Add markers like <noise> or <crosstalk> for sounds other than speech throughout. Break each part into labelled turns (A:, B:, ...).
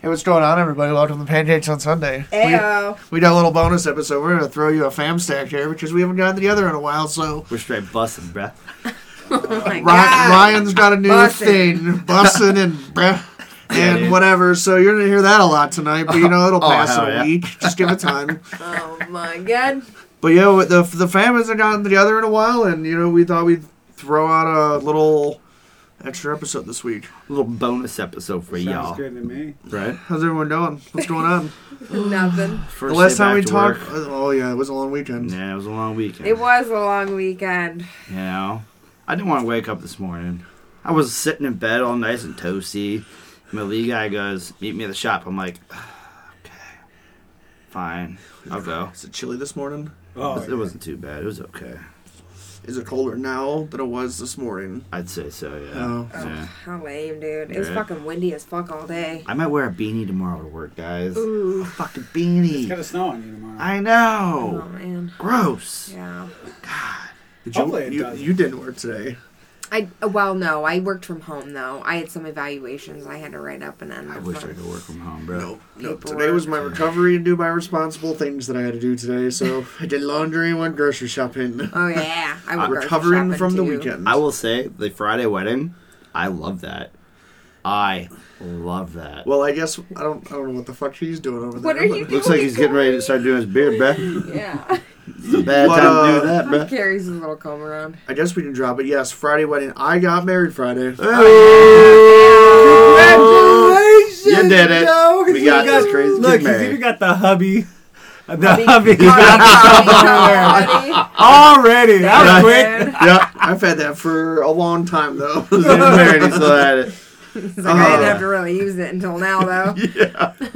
A: Hey, what's going on, everybody? Welcome to Pancakes on Sunday.
B: Ayo.
A: We, we got a little bonus episode. We're going to throw you a fam stack here because we haven't gotten together in a while. So
C: We're straight busting, bruh.
B: Oh my
A: Ry-
B: God.
A: Ryan's got a new
B: Bussin'.
A: thing, busting and bruh, and
C: dude.
A: whatever. So you're going to hear that a lot tonight, but you know, it'll
C: <laughs> Oh,
A: pass
C: hell
A: in a
C: yeah.
A: week. Just
C: <laughs>
A: give it time.
B: Oh my God.
A: But yeah, with the the fam hasn't gotten together in a while, and you know we thought we'd throw out a little extra episode this week.
C: little bonus episode for y'all,
D: Sounds good to me.
C: right?
A: How's everyone doing? What's going on?
B: Nothing.
A: the
C: First
A: last
C: day
A: time we
C: back to
A: talked,
C: work.
A: oh yeah, it was a long weekend.
C: yeah, it was a long weekend.
B: It was a long weekend.
C: You know, I didn't want to wake up this morning. I was sitting in bed all nice and toasty. My lead guy goes, "Meet me at the shop." I'm like, "Ah, "Okay, fine, I'll go."
A: Is it chilly this morning?
D: Oh,
C: It wasn't too bad. It was okay.
A: Is it colder now than it was this morning?
C: I'd say so. Yeah.
A: Oh.
B: Oh,
C: yeah.
B: How lame, dude. It was
C: Yeah.
B: fucking windy as fuck all day.
C: I might wear a beanie tomorrow to work, guys. A
B: Ooh.
C: fucking
D: it's gonna
C: beanie.
D: snow on you tomorrow.
C: I
B: Oh,
C: know.
B: man.
C: Gross.
B: Yeah.
A: Did
D: Hopefully it
A: you,
D: doesn't.
A: you didn't work today.
B: I uh, well no, I worked from home though. I had some evaluations I had to write up and then
C: I wish I could work from home, bro.
A: No, no.
B: Paperwork.
A: Today was my recovery and do my responsible things that I had to do today. So I did laundry and went grocery shopping.
B: Oh yeah, I
C: Uh,
B: was
A: <laughs> Recovering from the weekend.
C: I will say the Friday wedding, I love that. I love that.
A: well, I guess I don't. I don't know what the fuck she's doing over there.
B: What are you
A: but-
C: Looks like he's getting ready to start doing his beard, bruh. <laughs>
B: Yeah,
C: It's a bad
A: What,
C: time
A: uh,
C: to do that, bruh.
B: carries his little comb
C: <laughs>
B: around.
A: I guess we can drop it. Yes, Friday wedding. I got married Friday. <laughs>
C: Congratulations, You did it.
E: Joe, 'cause
C: We
E: you
C: got this crazy kid
E: Look, he's
C: married.
E: even got the hubby. The
B: Hubby.
C: <laughs>
E: hubby.
B: Already?
E: Already. That was quick.
B: Dude.
C: Yep.
A: I've had that for a long time though. <laughs>
C: <laughs> He's getting married, he still had it.
B: It's like I
A: Uh.
B: didn't have to really use it until now though.
C: <laughs>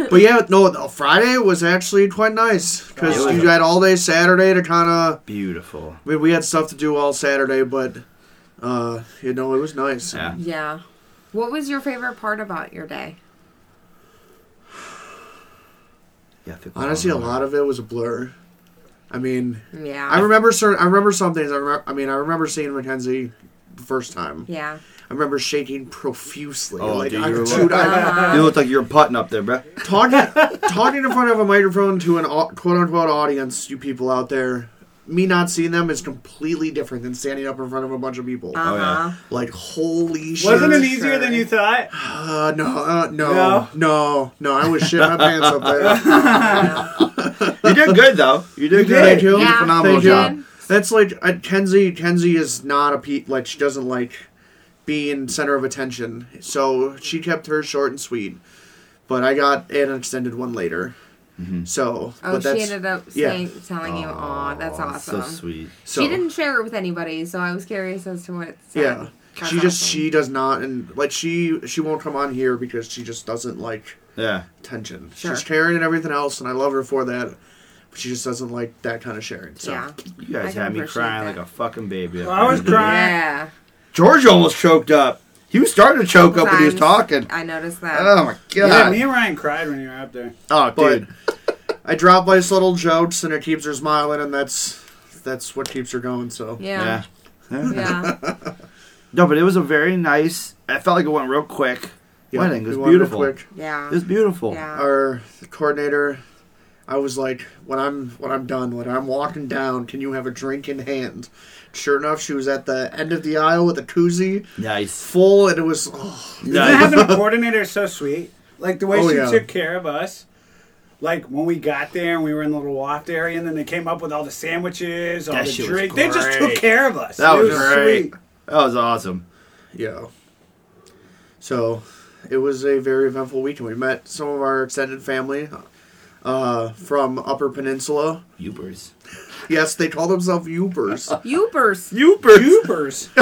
A: but yeah, no, the Friday was actually quite nice because
C: Yeah.
A: you had all day Saturday to kind of.
C: Beautiful.
A: I mean, we had stuff to do all Saturday, but uh, you know, it was nice.
C: Yeah.
B: Yeah. What was your favorite part about your day?
C: yeah I think we're
A: Honestly, a
C: all-
A: lot of it was a blur. I mean,
B: Yeah.
A: I remember certain. I remember some things. I, remember, I mean, I remember seeing Mackenzie the first time.
B: yeah.
A: I remember shaking profusely.
C: Oh,
A: like
C: dude,
A: I
C: you were
A: could shoot. I,
C: You look like you're putting up there, <laughs> bruh.
A: talking talking in front of a microphone to an au- quote unquote audience, you people out there, me not seeing them is completely different than standing up in front of a bunch of people.
B: Uh huh.
C: yeah.
A: like holy shit!
E: Wasn't it
B: Sure,
E: easier
B: sure.
E: than you thought?
A: Uh, no, uh, no, no,
E: No?
A: no, I was shitting my pants up there.
C: <laughs> You did good, though. You did
A: You
C: good.
A: did. You did a
B: Yeah,
A: phenomenal
B: you did.
A: job. That's like uh, Kenzie. Kenzie is not a pe- like she doesn't like being center of attention, so she kept hers short and sweet. But I got an extended one later. Mm-hmm. So,
B: Oh,
A: but
B: she
A: that's,
B: ended up
A: yeah.
B: saying, telling you, "Aw, that's
C: Aw,
B: awesome."
C: So sweet.
A: so,
B: She didn't share it with anybody, so I was curious as to what it said.
A: Yeah.
B: That's
A: she just
B: awesome.
A: she does not and like she she won't come on here because she just doesn't like
C: Yeah.
A: attention.
B: Sure.
A: She's caring and everything else and I love her for that. But she just doesn't like that kind of sharing. So
B: Yeah.
C: You
B: I
C: guys
B: can
C: had me
B: appreciate
C: crying
B: that.
C: like a fucking baby.
E: Well, I was crying.
B: Yeah.
C: George almost choked up. He was starting to choke up when he was
B: Sometimes.
C: talking.
B: I noticed that.
C: Oh my
D: yeah,
C: god.
D: me and Ryan cried when you were out there.
C: oh,
A: but
C: dude.
A: I drop nice little jokes and it keeps her smiling and that's that's what keeps her going. So
B: yeah. Yeah.
C: Yeah.
B: Yeah.
C: No, but it was a very nice. I felt like it went real quick.
A: Yeah,
C: Wedding
A: we
C: was
A: wanted it
C: beautiful. It was beautiful.
B: Yeah.
A: Our coordinator I was like, when I'm when I'm done, when I'm walking down, can you have a drink in hand? Sure enough, she was at the end of the aisle with a koozie
C: Nice.
A: full, and it was. Oh,
D: Doesn't
C: nice. <laughs>
D: having a coordinator is so sweet. Like the way
A: Oh,
D: she
A: yeah.
D: took care of us. Like when we got there and we were in the little loft area, and then they came up with all the sandwiches, all
C: That
D: the
C: shit was
D: drink. They just took
C: great.
D: care of us.
C: That
D: It
C: was great. That was awesome.
A: Yeah. So, it was a very eventful weekend. We met some of our extended family uh, from Upper Peninsula.
C: Ubers.
A: Yes, they call themselves Upers.
B: You burst.
C: Ubers. <laughs>
D: Ubers.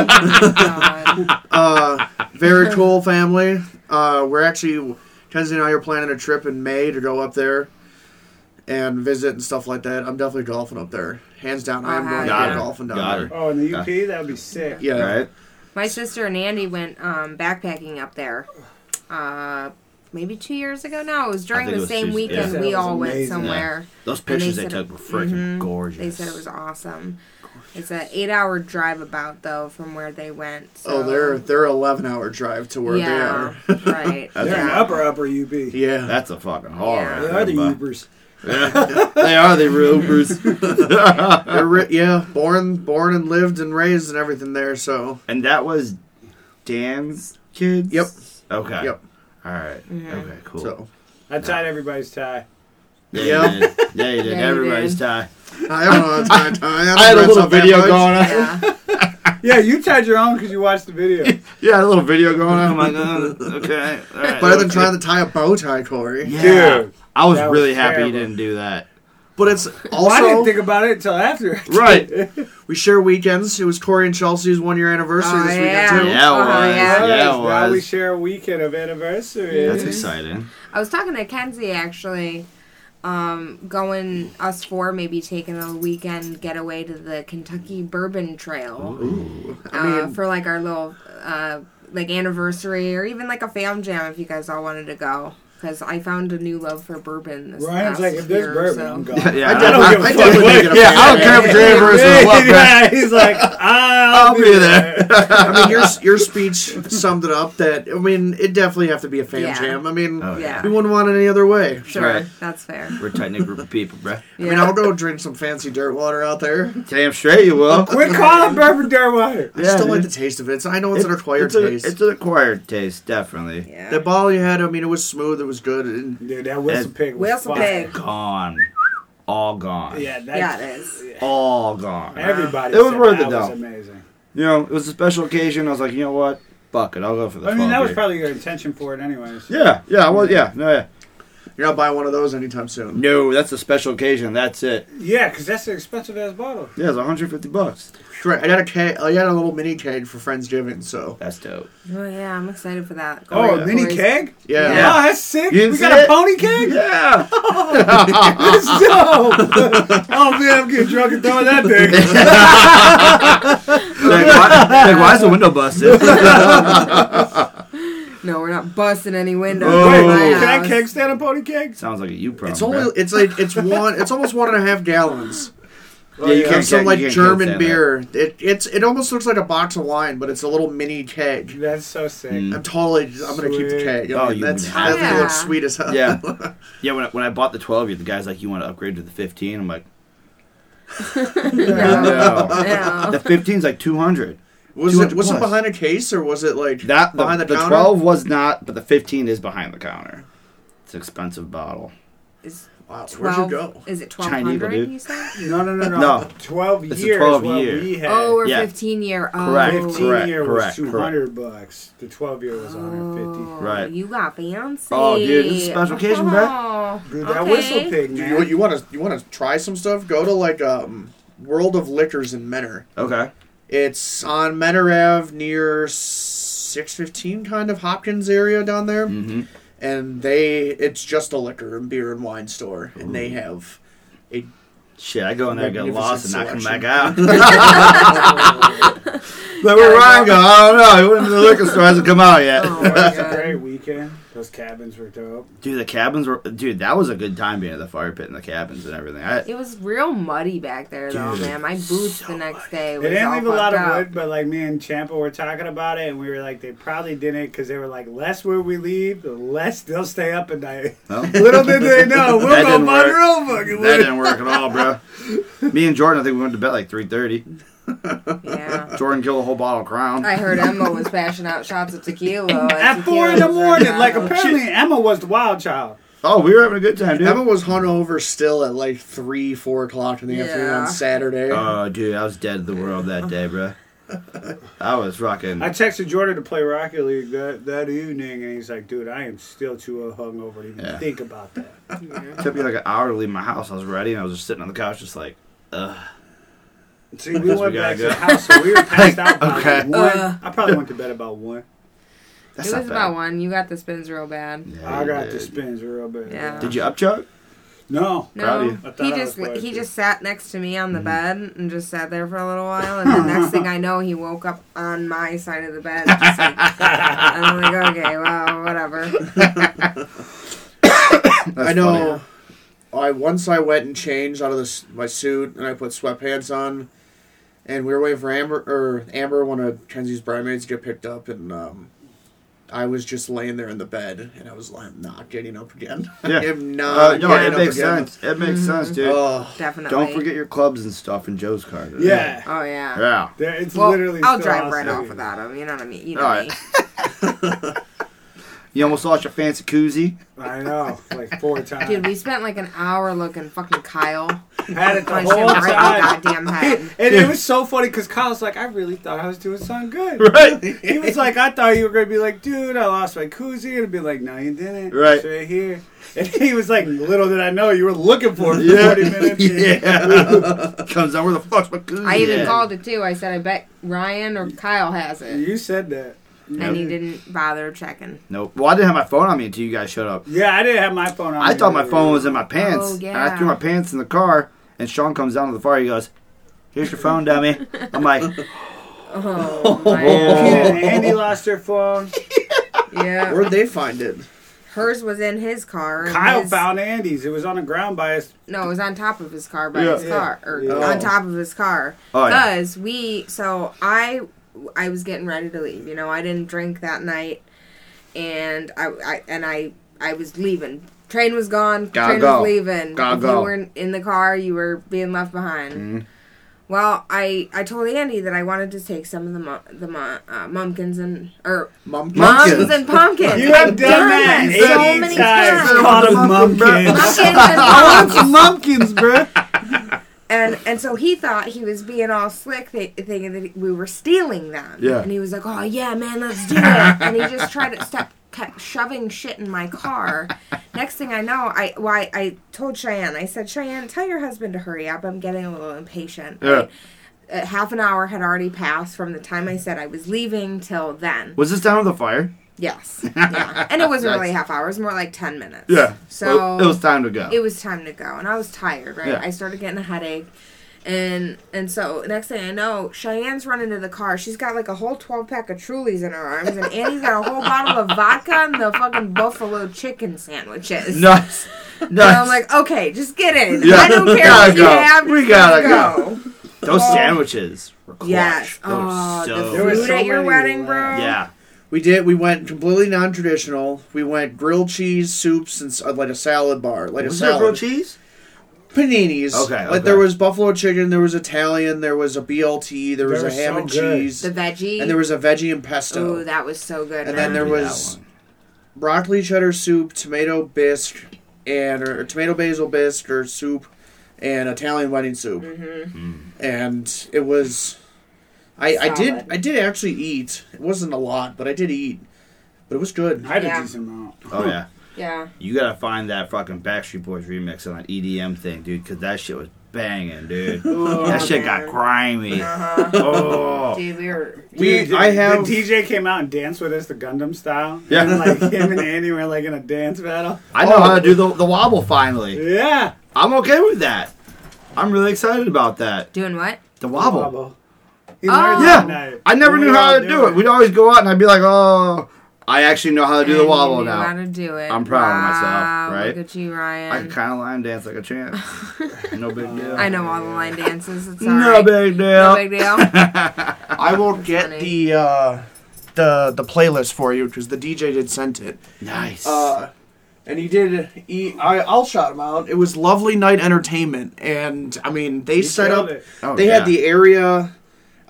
B: God.
A: Uh,
B: <laughs>
A: very cool family. Uh, we're actually, Kenzie and I are planning a trip in May to go up there and visit and stuff like that. I'm definitely golfing up there. Hands down, I am
B: Oh,
A: going to
B: heck
A: go
B: yeah.
A: golfing down
C: Got
A: there.
C: her.
D: Oh, in the UP, that would be sick.
A: Yeah.
C: Right?
B: My sister and Andy went um, backpacking up there. Uh, maybe two years ago now. It was during
C: think it
B: the
C: was
B: same
C: two-
B: weekend
D: yeah.
B: we
D: That was
B: all went
D: amazing.
B: somewhere.
C: Those
B: And
C: pictures they,
B: said
C: took
B: it-
C: were freaking
B: mhm.
C: gorgeous.
B: They said it was awesome. It's an eight-hour drive about though from where they went. So.
A: Oh, they're they're eleven hour drive to where
B: yeah,
A: <laughs>
B: right.
C: That's
D: They're an
B: yeah.
D: upper upper UB.
A: they are. Yeah,
C: That's a fucking horror.
B: Yeah.
D: They are the
C: but-
D: Ubers.
C: they are the real Ubers. <laughs>
A: They're ri- yeah, born born and lived and raised and everything there. So
C: and that was Dan's kids.
A: Yep.
C: Okay.
A: Yep.
C: All right.
B: Mm-hmm.
C: Okay. Cool.
A: so
D: I tied everybody's tie.
C: Yeah, you
A: Yep.
C: did. Yeah, you did.
B: Yeah, you
C: Everybody's
B: did.
C: tie.
A: I don't know. It's my time.
C: <laughs> I had a
A: don't
C: little
A: dress up that
C: video
A: much.
B: <laughs>
C: going on.
B: Oh,
A: <laughs>
B: Yeah.
D: Yeah, you tied your own because you watched the video.
C: <laughs> Yeah, I had a little video going on. I'm like, uh, okay. All right.
A: Better than trying to tie a bow tie, Corey.
C: <laughs> Yeah.
D: Dude,
C: I was
D: that was
C: really happy you
D: terrible.
C: didn't do that.
A: But it's
D: Well, I didn't
A: also
D: think about it until after.
C: Right.
A: we share weekends. It was Corey and Chelsea's one year anniversary
B: Oh,
A: this weekend
B: yeah.
A: too.
C: Yeah, it
B: Uh-huh,
C: was.
B: yeah.
C: Yeah, it
D: Now we
C: was.
D: share a weekend of anniversary.
C: That's <laughs> exciting.
B: I was talking to Kenzie actually. Um, going us four maybe taking a weekend getaway to the Kentucky Bourbon Trail
A: Ooh, I
B: uh,
A: mean,
B: for like our little uh, like anniversary or even like a fam jam if you guys all wanted to go because I found a new love for bourbon. This
D: Ryan's
B: past
D: like, if there's
B: year,
D: bourbon,
B: so-
D: I'm <laughs> gone.
C: Yeah, I,
A: I,
C: <laughs>
D: don't
A: I,
D: give a
A: I
D: fuck.
A: definitely
C: Wait,
A: get a
C: yeah,
A: fan.
C: I don't care if it's Danvers or what, man.
D: yeah, <laughs> he's like,
C: <laughs>
D: I'll,
C: I'll be there.
A: I
C: <laughs>
A: mean, your your speech summed it up. That I mean, it definitely have to be a fan
B: Yeah.
A: jam. I mean,
C: Oh, yeah.
A: we wouldn't want it any other way.
B: Sure,
C: Right.
B: that's fair.
C: We're a tight-knit group of people, bro.
A: I mean, I'll go drink some fancy dirt water out there.
C: Damn straight you will.
D: Quit calling bourbon Derwater.
A: I still
C: dude.
A: like the taste of it. So I know it's an acquired
C: it's a-
A: taste.
C: it's an acquired taste, definitely.
B: Yeah.
A: the ball you had, I mean, it was smooth. It was good. And
D: Dude, that Wilson
C: That-
D: pig was
B: Wilson
D: fire.
B: pig.
C: Gone. All gone.
D: Yeah, that's,
B: Yeah, it is.
C: All gone.
D: Everybody
C: It was
D: said
C: worth
D: that
C: it,
D: was
C: though.
D: amazing.
C: You know, it was a special occasion. I was like, you know what? Fuck it. I'll go for the
D: I mean, that was
C: beer.
D: probably your intention for it anyways.
C: Yeah, yeah, well, yeah, no, yeah.
A: you're not buying one of those anytime soon.
C: No, that's a special occasion. That's it.
D: Yeah, because that's an expensive-ass bottle.
C: Yeah, it's 150 bucks.
A: Correct. I got a keg. I got a little mini keg for Friendsgiving. So
C: That's dope.
B: Oh yeah, I'm excited for that.
D: Oh,
B: Corey-
D: a mini
B: Corey's-
D: keg?
A: yeah,
C: Yeah.
D: Oh, that's sick.
C: You
D: we
C: see
D: got
C: it?
D: a pony
C: <laughs>
D: keg?
C: Yeah.
D: <laughs> That's dope. oh, man, I'm getting drunk and throwing that
C: <laughs>
D: thing.
C: like, why, like, why is the window busted?
B: No, we're not busting any windows.
C: Oh.
B: in my
D: Wait, can I
B: house.
D: keg stand a pony keg?
C: <laughs> Sounds like a you problem.
A: it's only.
D: <laughs>
A: It's like it's one. It's almost one and a half gallons.
C: yeah, you
D: Oh,
A: Of
C: can't
A: some
C: you
A: like
C: can't
A: German
C: stand that.
A: beer. It it's it almost looks like a box of wine, but it's a little mini keg.
D: That's so sick.
C: Mm.
A: I'm totally. I'm gonna keep the
D: Sweet.
A: keg.
C: Hmm. Oh,
A: I
C: you
A: mean, that's
C: would
A: that
B: have
A: thing
B: to.
A: looks sweet as hell.
C: Yeah. Yeah, when I, when I bought the 12 year, the guy's like, you want to upgrade to the 15? I'm like,
B: No,
C: no.
B: no.
C: <laughs> the 15's like 200.
A: <laughs> Was it
C: 200
A: was it
C: plus.
A: behind a case or was it like
C: That the,
A: behind the,
C: the,
A: counter?
C: 12 was not, but the 15 is behind the counter. It's an expensive bottle.
B: Is
A: Wow, where'd you
B: twelve?
A: go?
B: Is it twelve
C: Chinese, dude.
B: hundred? You said?
D: No, no, no, no.
C: No.
D: 12
C: It's a
D: years
C: 12
D: what
C: year.
D: we had.
B: Oh, or
C: Yeah.
B: fifteen year. Oh,
C: Correct,
D: 15
C: correct,
D: year
C: correct,
D: was 200 bucks. The 12 year was 150.
B: Oh,
C: Right.
B: You got fancy.
C: Oh, dude, this is a special occasion, bro.
B: Oh,
D: Dude, that
B: okay.
D: whistle pig,
A: Dude,
D: man.
A: you, you want to you want to try some stuff? Go to like um World of Liquors in Menor.
C: Okay.
A: It's on Menor Ave near six fifteen, kind of Hopkins area down there,
C: Mm-hmm.
A: and they it's just a liquor and beer and wine store, and they have
C: Shit, I go in there, get
A: Magnificent
C: lost, and I come back
A: selection.
C: out. like, where Ryan go? I don't know. He went to the liquor store, hasn't come out yet.
B: Oh,
D: That was a
B: God.
D: great weekend. Those cabins were dope.
C: Dude, the cabins were. Dude, that was a good time being at the fire pit and the cabins and everything. I,
B: It was real muddy back there, though,
C: Dude,
B: man. My boots the next day was
D: They didn't
B: all
D: leave a lot
B: fucked
D: of
B: up.
D: wood, but like me and Champa were talking about it, and we were like, they probably didn't because they were like, less wood we leave, the less they'll stay up
C: <laughs>
D: at night.
C: well,
D: Little did they know, we'll
C: That
D: go
C: didn't
D: find
C: work.
D: our own fucking
C: that
D: wood.
C: didn't work at all, bro. Me and Jordan, I think we went to bed like three thirty.
B: Yeah.
C: Jordan killed a whole bottle of Crown.
B: I heard Emma was passing out shots of tequila.
D: <laughs> At
B: and
D: four in the
B: tequilas were
D: morning,
B: not
D: like
B: open.
D: apparently Emma was the wild child.
C: oh, we were having a good time, dude.
A: Emma was hungover still at like three four o'clock in the afternoon
B: Yeah.
A: on Saturday.
C: oh, dude, I was dead to the world that day, bro. I was rocking.
D: I texted Jordan to play Rocket League that, that evening, and he's like, dude, I am still too hungover to even
C: Yeah.
D: think about
C: <laughs>
D: that.
C: It took me like an hour to leave my house. I was ready, and I was just sitting on the couch, just like, ugh.
D: See, we
C: Guess we
D: went
C: gotta
D: back to
C: go.
D: the house, so we
C: <laughs>
D: were passed out by
C: Okay.
D: like one.
B: Uh.
D: I probably went to bed about one.
C: That's
B: It
C: not
B: was
C: bad.
B: about one. You got the spins real bad.
C: Yeah,
D: I
C: you
D: got
C: did.
D: the spins real bad.
B: Yeah.
C: Did you upchuck?
D: No.
C: Proud
B: No,
C: of you. Mm-hmm.
D: I thought
B: he
D: I was
B: just
D: proud of
B: he
D: you.
B: just sat next to me on the bed and just sat there for a little while, and
C: <laughs>
B: the next thing I know, he woke up on my side of the bed. Just like, I'm like, okay, well, whatever.
A: I know. Uh, I once I went and changed out of this my suit and I put sweatpants on, and we were waiting for Amber or Amber, one of Kenzie's bridesmaids, to get picked up, and um, I was just laying there in the bed, and I was like, "I'm not getting up again. <laughs>
C: Yeah.
A: I'm not
C: Uh, no,
A: getting
C: it
A: up
C: makes
A: again."
C: sense. It makes sense, dude.
A: Oh,
B: Definitely.
C: Don't forget your clubs and stuff in Joe's car. today.
D: Yeah.
B: Oh yeah.
C: Yeah.
D: There, it's
B: Well,
D: literally.
B: I'll
D: still
B: drive right
D: outside.
B: off without him. You know what I mean? You know
C: All right.
B: me.
C: You almost lost your fancy koozie.
D: I know, like four times.
B: <laughs> Dude, we spent like an hour looking fucking Kyle.
D: had it the
B: Punched him
D: whole
B: right
D: time.
B: in the goddamn head.
D: <laughs> And it was so funny because Kyle's like, I really thought I was doing something
C: <laughs>
D: good.
C: Right.
D: He was like, I thought you were gonna be like, dude, I lost my koozie, and be like, no, you didn't.
C: Right.
D: It's right here. And he was like, little did I know you were looking for it for
C: <laughs> Yeah.
D: 40 minutes.
C: yeah. <laughs> Comes out where the fuck's my koozie?
B: I even
C: at?"
B: called it too. I said, I bet Ryan or Kyle has it,
D: You said that.
B: and he didn't bother checking.
C: Nope. Well, I didn't have my phone on me until you guys showed up.
D: Yeah, I didn't have my phone on.
C: I
D: me
C: thought my
D: earlier.
C: phone was in my pants.
B: Oh,
C: And I threw
B: yeah.
C: my pants in the car, and Sean comes down to the fire. He goes, "Here's your phone, dummy." I'm like,
B: <laughs> Oh,
D: <laughs> Yeah,
B: my.
D: Andy lost her phone.
B: yeah.
A: where'd they find it?
B: Hers was in his car. and
D: Kyle
B: his-
D: found Andy's. It was on the ground by us.
B: No, it was on top of his car by
C: Yeah.
B: his car, or
D: Yeah. Oh.
B: on top of his car.
C: "Oh yeah."
B: Because we, so I, I was getting ready to leave. You know, I didn't drink that night, and I, I and I, I was leaving. Train was gone.
C: Gotta
B: train
C: go.
B: was leaving.
C: Gotta
B: if
C: go. Mm-hmm.
B: You weren't in the car. You were being left behind. Well, I, I told Andy that I wanted to take some of the mu- the mu- uh, mumpkins and or
A: Mom,
B: mums and pumpkins.
D: You have
B: I've
D: done that
B: it so
D: 80
B: many
D: times.
B: times.
E: Caught a
C: Mumpkin,
E: mumpkin.
B: Mumpkins
D: <laughs>
B: and pumpkins.
E: mumpkins,
B: <laughs>
E: bruh.
B: And and so he thought he was being all slick, th- thinking that we were stealing them.
C: Yeah.
B: And he was like, "Oh yeah, man, let's
C: <laughs>
B: do it." and he just tried to step, kept shoving shit in my car. Next thing I know, I why I told Cheyenne, I said, "Cheyenne, tell your husband to hurry up. I'm getting a little impatient."
C: Yeah.
B: Uh, half an hour had already passed from the time I said I was leaving till then.
C: Was this down to the fire?
B: Yes. Yeah. And it
C: <laughs>
B: wasn't
C: Nice.
B: really half hour. It was more like ten minutes. So
C: So it, was time to go.
B: it was time to go and i was tired right
C: Yeah.
B: i started getting a headache and and so next thing i know cheyenne's running to the car she's got like a whole 12 pack of trulies in her arms and andy's got a whole bottle of vodka and the fucking buffalo chicken sandwiches
C: nice.
B: <laughs> and
C: Nice.
B: i'm like okay just get in
C: Yeah.
B: i don't care
C: Gotta
B: what you
C: go.
B: have
C: We
B: just let's
C: gotta go. Those sandwiches were clutch.
B: "Oh, yes
C: They were
B: oh
C: so-
B: the
D: There were
B: food
D: so
B: at your
D: many
B: wedding
D: left.
B: bro
C: yeah.
A: We did. We went completely non-traditional. We went grilled cheese soups and s- uh, like a salad bar, like a
C: Was there
A: salad.
C: grilled cheese?
A: Paninis.
C: Okay, okay.
A: Like there was buffalo chicken, there was Italian, there was a BLT, there was
D: They
A: a
D: were
A: ham
D: so
A: and
D: good.
A: cheese,
B: the veggie
A: and there was a veggie and
B: oh
A: pesto,
B: that was so good
A: And then
B: man.
A: there
C: Maybe that
A: was-
C: one.
A: broccoli cheddar soup, tomato bisque, and or, tomato basil bisque or soup, and Italian wedding soup.
B: Mm-hmm.
C: Hmm.
A: And it was, I I did
B: Solid.
A: I did actually eat. It wasn't a lot, but I did eat. But it was good.
D: I had
B: Yeah.
D: a decent amount.
C: Oh yeah.
B: yeah
C: You gotta find that fucking Backstreet Boys remix on that EDM thing, dude, because that shit was banging,
B: <laughs>
C: dude. that shit got
B: Oh, man.
C: grimy.
B: uh-huh
C: <laughs> Oh.
B: dude we were
A: We-
D: Dude,
A: I have-
D: the DJ came out and danced with us the Gundam style.
C: Yeah.
D: and like him and Andy were like in a dance battle.
C: I know how to do the, the wobble finally.
D: Yeah,
C: I'm okay with that. I'm really excited about that.
B: doing what
C: The wobble.
D: He
B: Oh.
D: learned
C: Yeah.
D: that night.
C: I never
D: We
C: knew
D: were all
C: how to do
D: doing
C: it. We'd always go out and I'd be like, oh, I actually know how to do the
B: And
C: wobble
B: you knew How
C: now.
B: to do it.
C: I'm proud of myself,
B: Wow,
C: right?
B: Look at you,
C: I can
B: Ryan.
C: kind of line dance like a champ. No big deal.
B: I, know all the line dances. It's all
C: No
B: right.
C: big deal.
B: No big
C: <laughs>
B: deal.
A: I will get
B: funny.
A: the uh, the the playlist for you because the DJ did send it.
C: Nice.
A: Uh, and he did. He, I, I'll shout him out. It was lovely night entertainment, and I mean they
D: He
A: set
D: killed
A: up.
D: it.
C: Oh,
A: they
C: yeah.
A: had the area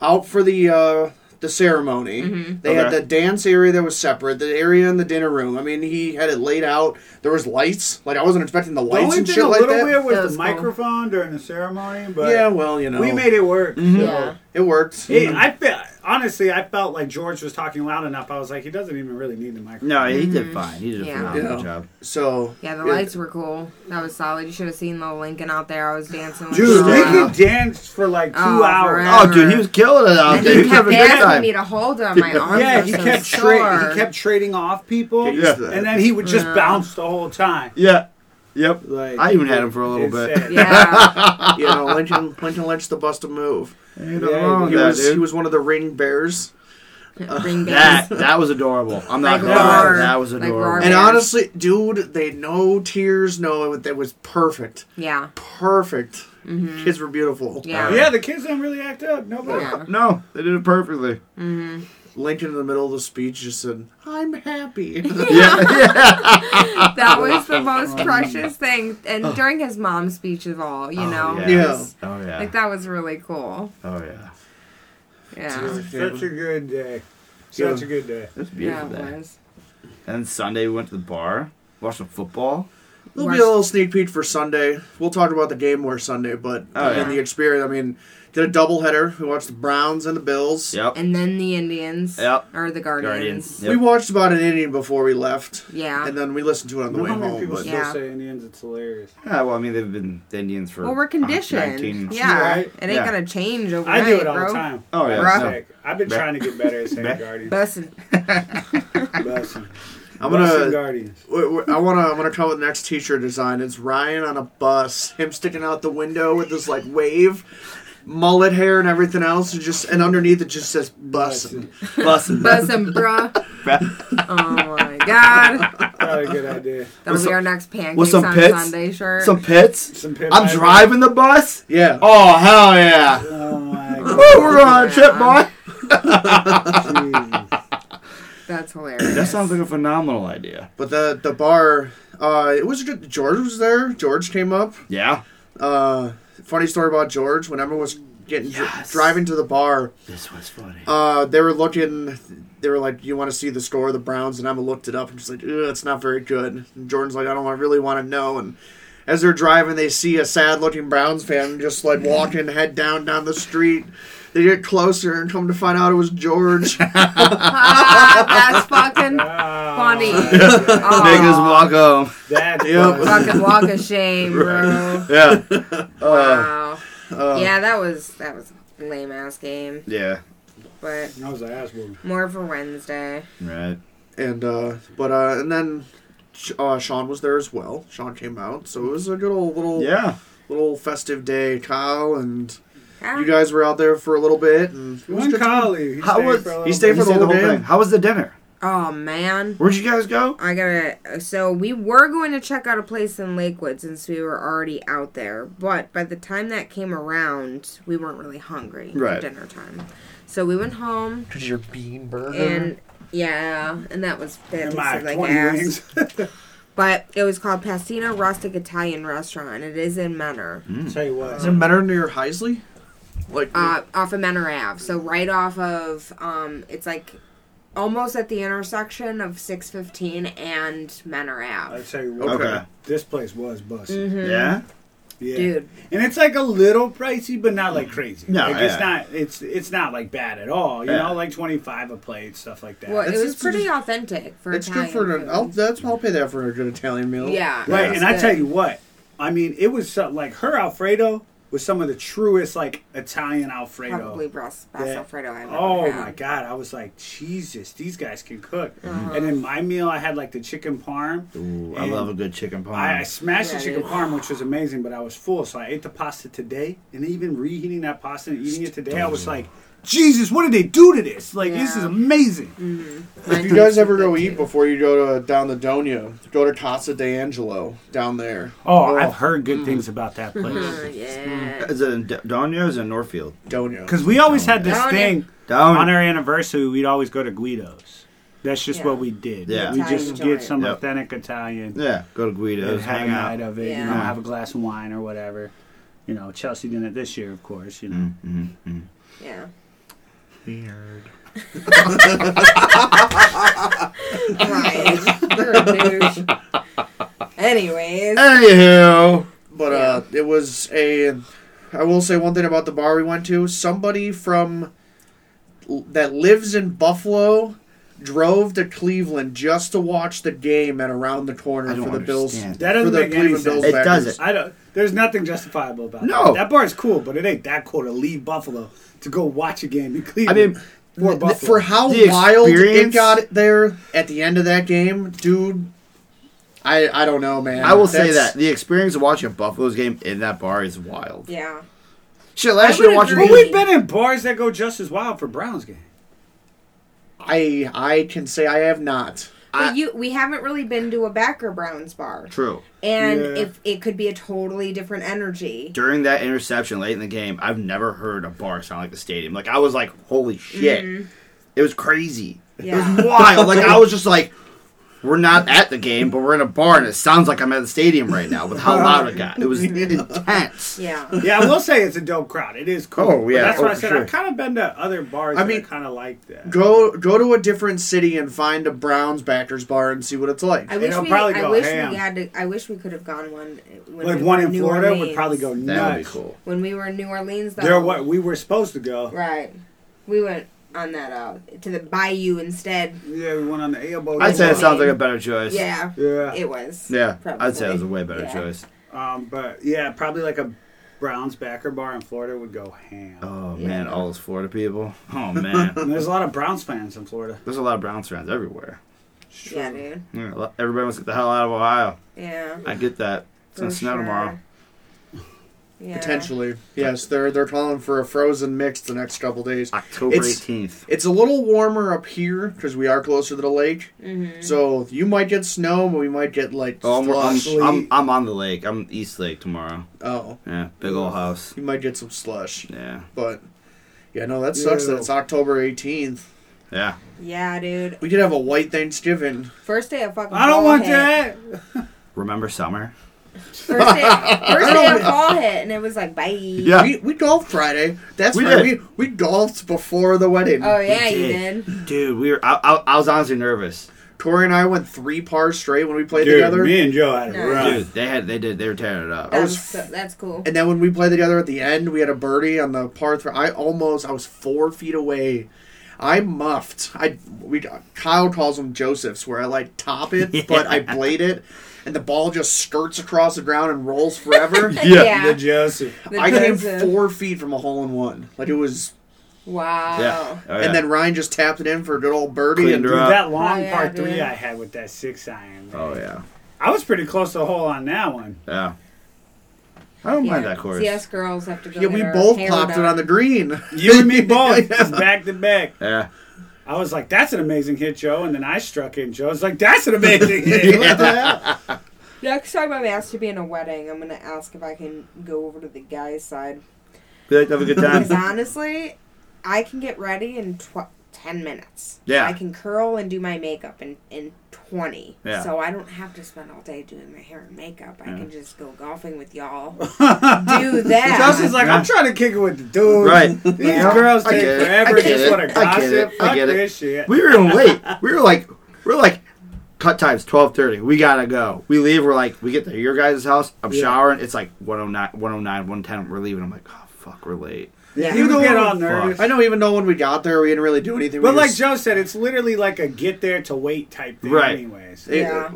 A: out for the uh, the ceremony. They had
C: Okay.
A: the dance area that was separate. The area in the dinner room. I mean, he had it laid out. There was lights. Like I wasn't expecting the
D: The
A: lights
D: only
A: and
D: thing
A: shit
D: a
A: like
D: little
A: that.
D: weird was
B: That
D: the
B: was cool.
D: microphone during the ceremony, but
A: yeah, well, you know,
D: we made it work.
B: Yeah.
A: it worked.
D: Hey, I feel, honestly, I felt like George was talking loud enough. I was like, he doesn't even really need the microphone.
C: no, he did fine. He did a
B: Yeah.
C: phenomenal
A: Yeah.
C: job.
A: So
B: Yeah, the
A: it-
B: lights were cool. That was solid. You should have seen little Lincoln out there. I was dancing with him.
D: Dude, we could dance for like two
B: Oh,
D: hours.
B: forever.
C: Oh, dude, he was killing it out
B: And
C: there. He
B: he
C: was
B: kept
C: having a good
B: asking me
C: time.
B: to hold him.
C: <laughs>
B: My arms
D: Yeah,
B: were
D: he
B: so
D: kept
B: sore.
D: tra- he kept trading off people,
C: Get used to
D: and then he would just
B: Yeah.
D: bounce the whole time.
C: Yeah. Yep.
D: Like
C: I even had him for a little
D: it's
C: bit. <laughs>
D: sad.
B: Yeah.
A: you know, Lincoln, Lincoln Lynch the bust a move.
C: Ain't
D: Yeah,
C: nothing wrong with
A: He
C: that,
A: was
C: dude.
A: he was one of the ring bears.
B: Ring
C: That
B: bands.
C: that was adorable. I'm not
B: Like
C: gonna lie.
B: roar.
C: That was
B: Like
C: adorable.
B: roar.
A: And
B: Bears.
A: honestly, dude, they no tears, no it was perfect.
B: Yeah.
A: Perfect.
B: Mm-hmm.
A: Kids were beautiful.
B: Yeah.
D: Yeah, the kids don't really act up. Nobody.
B: Yeah.
C: no, they did it perfectly.
A: Lincoln in the middle of the speech just said, I'm
B: <laughs>
A: happy.
C: <laughs> Yeah, yeah.
B: That was the most precious thing. And during his mom's speech of all, you know.
C: Oh. yeah.
A: Yeah.
C: Oh yeah.
B: Like that was really cool.
C: Oh yeah.
B: Yeah.
D: Such a good day.
A: Yeah.
D: Such a good day.
C: It was a
B: Yeah,
C: beautiful
B: it
C: day.
B: was.
C: And Sunday we went to the bar, watched some football.
A: There'll be a little sneak peek for Sunday. We'll talk about the game more Sunday, but
C: Oh,
A: and
B: yeah.
A: the experience. I mean, did a doubleheader. We watched the Browns and the Bills.
C: Yep.
B: And then the Indians.
C: Yep.
B: Or the Guardians.
C: Guardians.
A: We watched about an Indian before we left,
B: Yeah.
A: and then we listened to it on the
D: How
A: way
D: many
A: home.
D: people
A: But
D: still
B: Yeah.
D: say Indians? It's hilarious.
C: Yeah, well, I mean, they've been the Indians for.
B: Well, we're conditioned.
C: 19
B: Yeah.
D: Right.
B: It ain't
C: Uh, Yeah.
B: gonna change overnight,
D: I do it all
B: bro.
D: the time.
A: Uh,
C: Oh, yeah.
D: I'm
B: Bruh.
D: sick. I've been
C: Bruh.
D: trying to get better at saying
C: Bruh.
D: Guardians.
B: Bussin'.
D: Bussin'.
A: I'm
D: Bussin'
A: gonna.
D: Guardians.
A: Wait, wait, I wanna. I wanna come up with the next T-shirt design. It's Ryan on a bus, him sticking out the window with this like wave, mullet hair and everything else, and just and underneath it just says bus.
C: Bussin'.
B: Bussin', bruh.
C: Bruh.
B: Oh my god.
D: Probably a good idea.
B: That'll
C: some-
B: be our next pancakes
C: with some
B: on
C: pits?
B: Sunday shirt.
C: <laughs> Some pits.
D: Some pit
C: I'm
D: vipers.
C: driving the bus.
A: Yeah.
C: Oh hell yeah!
D: Oh my
C: Woo,
D: god.
C: we're on a trip, boy.
A: <laughs>
D: Jesus. Oh
B: That's hilarious.
C: That sounds like a phenomenal idea.
A: But the the bar, uh, it was good. George was there. George came up.
C: Yeah.
A: Uh, funny story about George. When Emma was getting dri-
C: Yes.
A: driving to the bar,
C: This was funny.
A: uh, they were looking. They were like, "You want to see the score of the Browns?" And Emma looked it up and she's like, "Ugh, "It's not very good." And Jordan's like, "I don't want, really want to know." And as they're driving, they see a sad-looking Browns fan just like walking head down down the street. They get closer and come to find out it was <laughs> George.
B: Ah, <laughs> that's fucking
D: Oh,
B: funny.
D: yeah.
C: Niggas
B: Aw.
C: walk home.
D: That's
A: Yep.
D: funny.
B: Fucking walk of shame, bro.
C: Yeah.
B: Wow.
A: Uh,
B: yeah, that was that was a lame ass game,
C: <laughs> Yeah.
B: but
D: That was an ass woman.
B: more for Wednesday.
C: Right.
A: and uh but uh and then Sh- uh, Sean was there as well. Sean came out, so it was a good old little
C: Yeah.
A: little festive day. Kyle and
B: Ah,
A: you guys were out there for a little bit, and it was
D: One
A: good time.
D: colleague. He
C: How
D: stayed
C: was-
D: for a
A: he
D: little
A: stayed
D: bit.
A: for the whole day.
C: How was the dinner?
B: oh man.
C: Where'd you guys go?
B: I gotta. So we were going to check out a place in Lakewood since we were already out there, but by the time that came around, we weren't really hungry
C: Right.
B: at dinner time. So we went home
A: Cause your bean burger.
B: and yeah, and that was that
D: Uh-huh. Am I
B: tasted like
D: 20
B: ass.
D: wings? <laughs>
B: But it was called Pastina Rustic Italian Restaurant. It is in Menor,
D: Tell you what.
A: is it better near Heisley? Like
B: uh, off of Menor Ave. So right off of, um, it's like almost at the intersection of 615 and Menor
D: I
B: Ave.
D: tell you what.
C: Okay.
D: This place was busted.
C: Yeah.
B: Mm-hmm.
D: Yeah.
B: Dude,
D: And it's like a little pricey, but not like crazy.
C: Mm-hmm. No,
D: like,
C: yeah.
D: it's not. It's it's not like bad at all. You
C: Yeah.
D: know, like twenty five a plate, stuff like that.
B: well,
A: It's-
B: it was
A: it's
B: pretty
A: just-
B: authentic for
A: it's good
B: Italian
A: for an.
B: food.
A: I'll, that's I'll pay that for a good Italian meal.
B: yeah,
D: Right,
B: it's
D: and I
B: good.
D: tell you what, I mean, it was so, like her Alfredo was some of the truest like Italian Alfredo.
B: probably best, best
D: that-
B: Alfredo I've ever
D: Oh
B: had.
D: my god, I was like, Jesus, these guys can cook. And in my meal, I had like the chicken parm.
C: Ooh, I
D: And
C: love a good chicken
D: I, I
C: pie.
D: smashed
B: Yeah,
D: the chicken
B: dude.
D: parm, which was amazing, but I was full, so I ate the pasta today. And even reheating that pasta and eating it today, I was like, Jesus, what did they do to this? Like, this
B: Yeah.
D: is amazing.
B: Mine
A: If you guys
B: tasted
A: ever
B: good,
A: go
B: too.
A: eat before you go to down the Donia, go to Casa de Angelo down there.
D: Oh, I've heard good things about that place.
B: Uh, yeah.
C: Is it in D- Donio's in Northfield?
A: Donia.
D: Because we always had this
B: Down in-
D: thing.
C: Down.
D: on our anniversary, we'd always go to Guido's. That's just
B: Yeah.
D: what we did.
C: Yeah.
D: We
B: Italian
D: just
B: joint.
D: get some
C: Yep.
D: authentic Italian
C: yeah. Go to
D: and
C: Guido's.
D: hang out of it. You know,
B: Yeah.
D: have a glass of wine or whatever. You know, Chelsea did it this year, of course. You know,
C: Mm. Mm-hmm,
B: Yeah.
A: Weird.
B: <laughs> Ryan, you're a douche. Anyways.
A: Uh,
C: Anywho.
A: But uh, it was a. I will say one thing about the bar we went to. Somebody from that lives in Buffalo drove to Cleveland just to watch the game at around the corner
C: I don't
A: for the Bills.
C: understand.
D: that
A: For
D: doesn't
A: the
D: make any
A: Cleveland Bills.
C: It
D: sense.
A: backers.
C: doesn't.
D: I don't. There's nothing justifiable about
C: No.
D: that. That bar is cool, but it ain't that cool to leave Buffalo to go watch a game in Cleveland.
C: mean,
D: for
A: Th-
D: Buffalo.
A: For how
C: The
A: wild it
C: experience-
A: got there at the end of that game, dude. I, I don't know, man.
C: I will say
A: That's-
C: that the experience of watching a Buffalo's game in that bar is wild.
B: Yeah.
C: Shit, last
B: I
C: year
B: would
C: watching
B: agree.
D: Well, we've been in bars that go just as wild for Browns game.
A: I I can say I have not.
B: But you, we haven't really been to a Backer Browns bar,
C: true
B: and
D: Yeah.
B: if it could be a totally different energy.
C: during that interception late in the game. I've never heard a bar sound like the stadium. Like I was like, holy shit,
B: Mm-hmm.
C: it was crazy. It
B: Yeah.
C: was wild. like I was just like, we're not at the game, but we're in a bar, and it sounds like I'm at the stadium right now with how loud it got. It
B: <laughs>
C: was intense.
B: Yeah.
D: Yeah, I will say it's a dope crowd. It is cool.
C: Oh,
D: But
C: yeah,
D: that's what
C: oh,
D: I
C: for
D: said.
C: sure.
D: I've kind of been to other bars.
A: I
D: I
A: mean,
D: mean, kind of like that.
A: Go go to a different city and find a Browns backers bar and see what it's like.
B: I wish
D: It'll
B: we.
D: probably
B: I
D: go
B: wish
D: ham.
B: we had. To, I wish we could have gone one. When
D: like
B: we
D: one
B: were
D: in
B: New
D: Florida would
B: Orleans.
D: probably go
C: That would be
D: nuts.
C: cool.
B: When we were in New Orleans, though.
D: They're what we were supposed to go.
B: Right. We went on that uh to the Bayou instead.
D: Yeah, we went on the elbow.
C: I'd say it
B: it's
C: sounds like a better choice.
B: Yeah.
D: Yeah.
B: It was.
C: Yeah,
B: Probably.
C: I'd say it was a way better
B: Yeah.
C: choice.
D: Um, but yeah, probably like a Browns backer bar in Florida would go ham.
C: Oh
B: Yeah.
C: man, all those Florida people. Oh man,
D: And there's a lot of Browns fans in Florida.
C: there's a lot of Browns fans everywhere.
B: Yeah, dude.
C: Yeah, lo- Everybody wants to get the hell out of Ohio.
B: Yeah.
C: I get that. It's
B: for
C: gonna snow
B: sure.
C: tomorrow.
B: Yeah.
A: Potentially, yes. They're they're calling for a frozen mix the next couple days.
C: October
A: It's-
C: eighteenth.
A: It's a little warmer up here because we are closer to the lake,
B: Mm-hmm.
A: so you might get snow, but we might get like
C: Oh, I'm, I'm-
A: slush.
C: I'm- I'm on the lake. I'm East Lake tomorrow.
A: oh,
C: Yeah, big old house.
A: you might get some slush,
C: Yeah,
A: but yeah, no, that sucks that
D: Ew.
A: it's October eighteenth.
C: yeah.
B: Yeah, dude.
A: We could have a white Thanksgiving.
B: First day of fucking.
D: I don't
B: fall
D: want
B: hit.
D: that.
C: Remember summer?
B: First
D: <laughs>
B: day, first day of fall hit, and it was like bye.
C: Yeah.
A: We, we golfed Friday. That's
C: We
A: right.
C: did.
A: We we golfed before the wedding.
B: Oh yeah,
C: We
B: you
C: did.
B: did.
C: Dude, we were. I, I, I was honestly nervous.
A: Corey and I went three pars straight when we played
D: Dude,
A: together.
D: me and Joe had a
B: No.
D: run.
C: Dude, they had. They did. They were tearing it up.
B: That
A: was
B: was so, that's cool.
A: And then when we played together at the end, we had a birdie on the par three. I almost, I was four feet away. I muffed. I we Kyle calls them Josephs, where I like top it, but I blade it, and the ball just skirts across the ground and rolls forever.
D: The Joseph.
B: The
A: I came
B: Joseph.
A: four feet from a hole in one. Like it was,
B: Wow.
C: Yeah. Oh, yeah.
A: and then Ryan just tapped it in for a good old birdie.
C: Cleaned
A: and
C: her
D: Dude,
C: up.
D: that long
B: Oh, yeah,
D: part three
B: dude.
D: I had with that six iron. man.
C: Oh yeah,
D: I was pretty close to the hole on that one.
C: yeah. I don't mind that course.
B: CS girls have to go.
A: yeah,
B: get
A: we
B: our
A: both
B: hair
A: popped it
B: done.
A: on the green.
C: <laughs>
D: You and me both, just back to back.
C: Yeah.
D: I was like, "That's an amazing hit, Joe," and then I struck it. And Joe's like, "That's an
C: <laughs>
D: amazing hit." What the hell?
B: Next time I'm asked to be in a wedding, I'm gonna ask if I can go over to the guy's side.
C: We like to have a
B: <laughs>
C: good
B: Because
C: time.
B: honestly, I can get ready in tw- ten minutes.
C: Yeah.
B: I can curl and do my makeup in in twenty.
C: Yeah.
B: So I don't have to spend all day doing my hair and makeup. I
C: Yeah.
B: can just go golfing with y'all. do that.
D: Josh is like, "I'm trying to kick it with the dude."
C: right.
D: These girls
C: I
D: take
C: get it.
D: forever.
C: I get
D: Just
C: it.
D: want to
C: I get
D: gossip.
C: it. I
D: Fuck
C: get it.
D: this shit.
C: We were in late. We were like, we were like, cut times twelve thirty. We gotta go. We leave. We're like, we get to your guys' house. I'm showering. It's like 109, 109, 110. We're leaving. I'm like, oh fuck, we're late.
B: Yeah.
D: You
A: Even
D: get
A: though-
D: all nervous.
A: I don't even know when we got there. We didn't really do anything.
D: But
A: we
D: like
A: just-
D: Joe said, it's literally like a get there to wait type thing,
C: Right.
D: anyways.
A: It-
B: Yeah.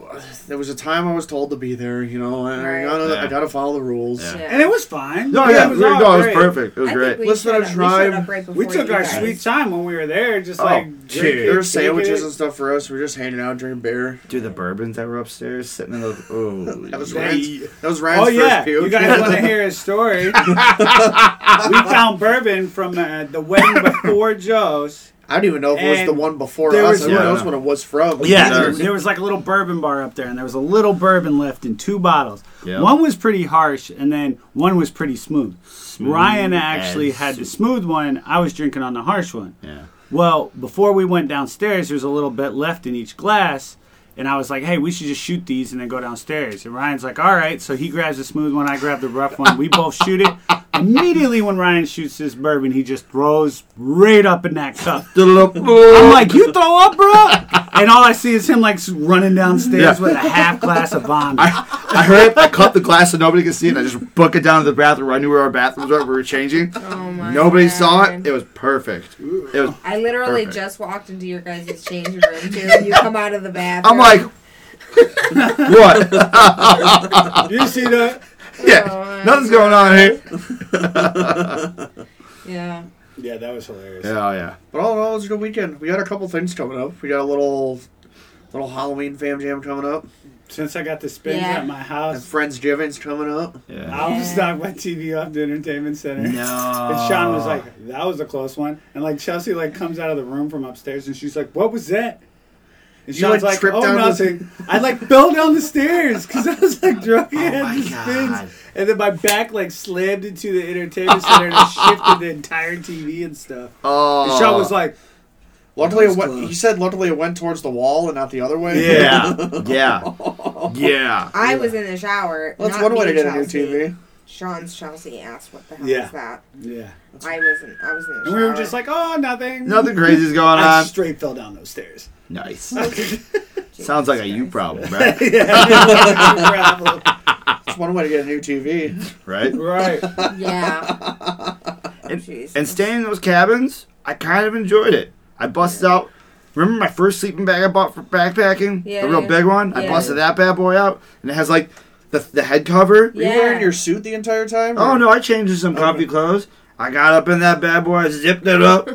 A: There was a time I was told to be there, you know, and I,
B: Right.
A: gotta, I
C: Yeah.
A: gotta follow the rules.
C: Yeah.
D: And it was fine.
C: No, yeah,
D: it was,
C: we were,
D: all
C: no, it was
D: great.
C: perfect. It was great.
B: we
A: Let's let
B: showed
A: her
B: up- we showed
A: drive.
B: up right
D: We
B: before
D: took
B: you
D: our
B: guys.
D: sweet time when we were there, just
C: Oh,
D: like
C: dude.
D: drinking,
A: There were sandwiches
D: taking
A: and
D: it.
A: stuff for us. We were just hanging out, drinking beer.
C: Dude, the bourbons that were upstairs sitting
D: <laughs>
C: in those. Oh,
A: That was
C: yeah.
A: Ryan's, that was Ryan's
D: Oh yeah,
A: first puke. <laughs>
D: you
C: <laughs>
D: guys want to hear his story? we found bourbon from uh, the wedding before Joe's.
A: I don't even know if it was
D: And
A: the one before
D: there
A: us.
D: was-
A: I who
C: Yeah.
A: knows when it was from.
D: Yeah,
C: Yeah.
D: there, there was like a little bourbon bar up there, and there was a little bourbon left in two bottles.
C: Yeah.
D: One was pretty harsh, and then one was pretty smooth. Ryan actually
C: as
D: had the
C: soup.
D: smooth one. I was drinking on the harsh one.
C: Yeah. <laughs>
D: Well, before we went downstairs, there was a little bit left in each glass. And I was like, hey, we should just shoot these and then go downstairs. And Ryan's like, all right. So he grabs the smooth one, I grab the rough one. We both
C: <laughs>
D: shoot it. Immediately when Ryan shoots this bourbon, he just throws right up in that cup. I'm like, you throw up, bro? And all I see is him like running downstairs
C: Yeah.
D: with a half
C: <laughs>
D: glass of vomit.
C: I heard it. I cut the glass so nobody could see it. I just book it down to the bathroom. I knew where our bathrooms were. We were changing.
B: Oh my
C: Nobody
B: God.
C: saw it. It was perfect. It was.
B: I literally
C: Perfect.
B: just walked into your guys' changing room too.
C: <laughs>
B: and You come out of the bathroom.
C: I'm like, <laughs> what?
D: you see
B: uh,
D: that?
C: yeah, nothing's going on here.
B: yeah.
D: Yeah, that was hilarious.
C: Yeah, oh, yeah.
A: But all in all, it was a good weekend. We got a couple things coming up. We got a little little Halloween fam jam coming up.
D: Since I got the spins
B: Yeah.
D: at my
A: And
D: house,
A: Friends Giving's coming up.
C: Yeah.
D: I'll knock my TV off the entertainment center.
C: No.
D: And Sean was like, "That was a close one." And like Chelsea like comes out of the room from upstairs, and she's like, "What was that?" And
A: You,
D: Sean's
A: like,
D: like,
A: tripped
D: "Oh
A: down the- Oh,
D: nothing."
A: <laughs>
D: I like fell down the stairs because I was like drunk and
C: my
D: had the
C: God.
D: spins, and then my back like slammed into the entertainment
A: <laughs>
D: center and it shifted the entire TV and stuff.
A: Oh.
D: And Sean was like,
A: luckily,
D: That
A: it
D: was
A: went, he
D: close.
A: said, luckily it went towards the wall and not the other way.
C: yeah, yeah, yeah.
B: I was in the shower.
A: Well, <laughs> that's
B: not
A: one way to
B: me,
A: get a new
B: Chelsea.
A: TV.
B: Sean's Chelsea asked, "What the hell
D: Yeah.
B: is that?"
D: "Yeah,"
B: I wasn't. I was in the
D: and
B: shower.
D: we were just like, "Oh, nothing."
C: Nothing crazy's going
D: I
A: Uh,
C: on.
D: straight fell down
A: <laughs>
D: those stairs.
B: <laughs>
D: <laughs>
C: Nice. Sounds like a you problem, bro.
D: yeah,
A: That's one way to get a new TV.
C: right?
D: right.
B: yeah.
C: <laughs>
B: Oh,
C: And,
B: Jesus.
C: and staying in those cabins, I kind of enjoyed it. I busted out. Remember my first sleeping bag I bought for backpacking?
B: Yeah,
C: the real
B: yeah.
C: big one. I
B: Yeah.
C: busted that bad boy out, and it has like the the head cover.
A: Were you wearing your suit the entire time?
C: Oh
A: or-
C: no, I changed to some comfy clothes. I got up in that bad boy, I zipped it up,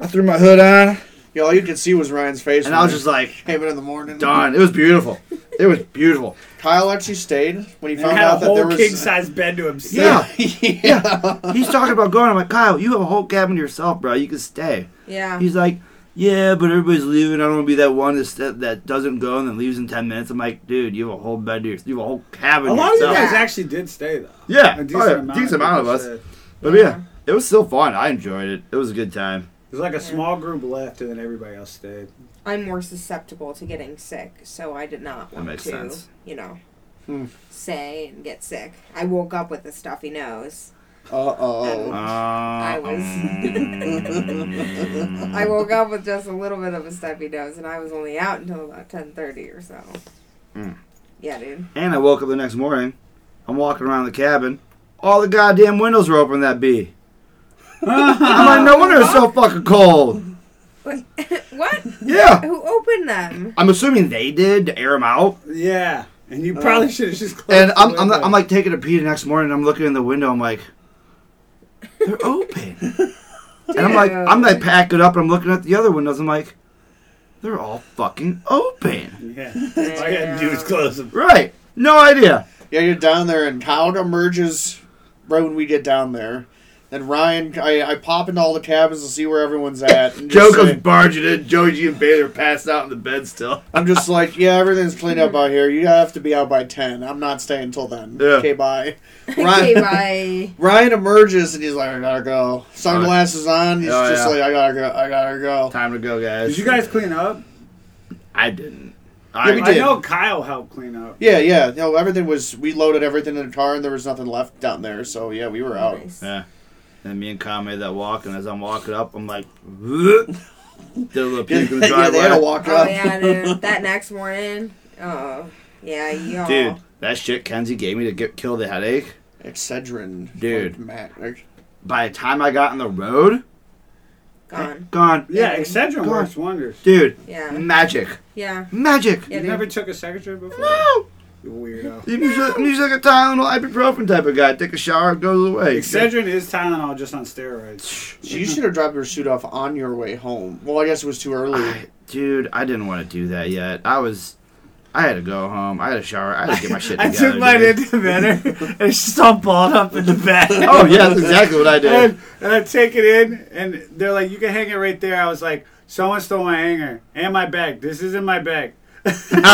C: I threw my hood on,
A: Yeah, all you could see was Ryan's face.
C: and
A: when
C: I was
A: he
C: just like,
A: came in in the morning.
C: done. It was beautiful. It was beautiful.
A: Kyle actually stayed when he
D: I
A: found
D: had a
A: out that there
D: whole
A: was.
D: king size bed to himself.
C: Yeah.
A: <laughs> yeah.
C: He's talking about going. I'm like, Kyle, you have a whole cabin to yourself, bro. You can stay.
B: yeah.
C: He's like, yeah, but everybody's leaving. I don't want to be that one that st- that doesn't go and then leaves in ten minutes. I'm like, dude, you have a whole bed to yourself. You have a whole cabin.
D: A
C: to
D: lot of you
C: yourself.
D: guys actually did stay though.
C: Yeah,
D: A
C: decent, amount, decent amount of
D: people
C: us.
D: stayed.
C: But yeah. it was still fun. I enjoyed it. It was a good time.
D: There's like a small group left, and then everybody else stayed.
C: <laughs>
B: I'm more susceptible to getting sick, so I did not want
C: makes
B: to,
C: sense.
B: you know,
A: Hmm.
B: say and get sick. I woke up with a stuffy nose.
A: Uh oh.
C: Uh,
B: was-
C: um,
B: I woke up with just a little bit of a stuffy nose, and I was only out until about ten thirty or so.
A: Hmm.
C: Mm.
B: Yeah, dude.
C: <laughs> and I woke up the next morning. I'm walking around the cabin. All the goddamn windows were open. in That bee. I'm like, no wonder it's so fucking cold.
B: What? <laughs> what?
C: Yeah.
B: Who opened
C: <laughs>
B: them?
C: I'm assuming they did to air them out.
D: Yeah, and you probably should have just. Closed
C: Uh, And
D: the
C: I'm, I'm,
D: window.
C: I'm like taking a pee the next morning. I'm looking in the window. I'm like,
A: <laughs>
C: they're open. And I'm like, I'm like packing up. And I'm looking at the other windows. I'm like, they're all fucking open. <laughs>
D: yeah. All I had to do was close them.
C: Right? No idea.
A: Yeah, you're down there, and Howard emerges right when we get down there. Then Ryan, I, I pop into all the cabins to see where everyone's at. and
C: Joe
A: just
C: goes
A: say-
C: barging in. Joey and Baylor passed out in the bed still. <laughs>
A: I'm just like, yeah, everything's cleaned up out here. You have to be out by 10. I'm not staying till then.
C: Yeah.
A: Okay, bye.
B: Okay,
A: Ryan,
B: bye.
A: Ryan emerges, and he's like, I gotta go. Sunglasses on. He's
C: Oh,
A: just
C: yeah.
A: like, I gotta go. I gotta go.
C: Time to go, guys.
D: Did you guys clean up?
C: I didn't.
A: Yeah, we
C: I,
D: I
A: did.
D: know Kyle helped clean up.
A: Yeah, yeah. No, everything was. We loaded everything in the car, and there was nothing left down there. So yeah, we were out.
B: Nice.
C: Yeah. And me and Kyle made that walk, and as I'm walking up, I'm like, <laughs> did a little
A: Yeah,
C: puke in
A: <laughs>
C: the
A: yeah,
C: driveway.
A: they had to walk
B: Oh
A: up.
B: yeah, dude. That next morning. Oh yeah, y'all.
C: Dude, that shit Kenzie gave me to get kill the headache.
A: <laughs> Excedrin,
C: Dude.
A: like, Mac- like,
C: By the time I got on the road,
B: Gone.
C: gone.
D: Yeah,
B: Yeah.
D: Excedrin
C: Go
D: works wonders.
C: Dude,
B: Yeah.
C: magic.
B: Yeah.
C: Magic.
B: Yeah,
D: you
B: dude.
D: never took a secretary before?
C: No!
D: You weirdo.
C: I'm usually, I'm usually like a Tylenol, ibuprofen type of guy. Take a shower, it goes away.
D: Excedrin is Tylenol just on steroids.
C: <laughs>
A: so you should have dropped your suit off on your way home. Well, I guess it was too early.
C: I- dude, I didn't want to do that yet. I was. I had to go home. I had to shower. I had to get my
D: <laughs>
C: shit
E: I
C: together.
E: took mine
C: dude.
E: into the bed and she's all balled up in the bed.
C: <laughs> Oh, yeah, that's exactly what I did.
D: And, and I take it in, and they're like, "You can hang it right there." I was like, "Someone stole my hanger and my bag. This is in
C: <laughs>
D: my bag."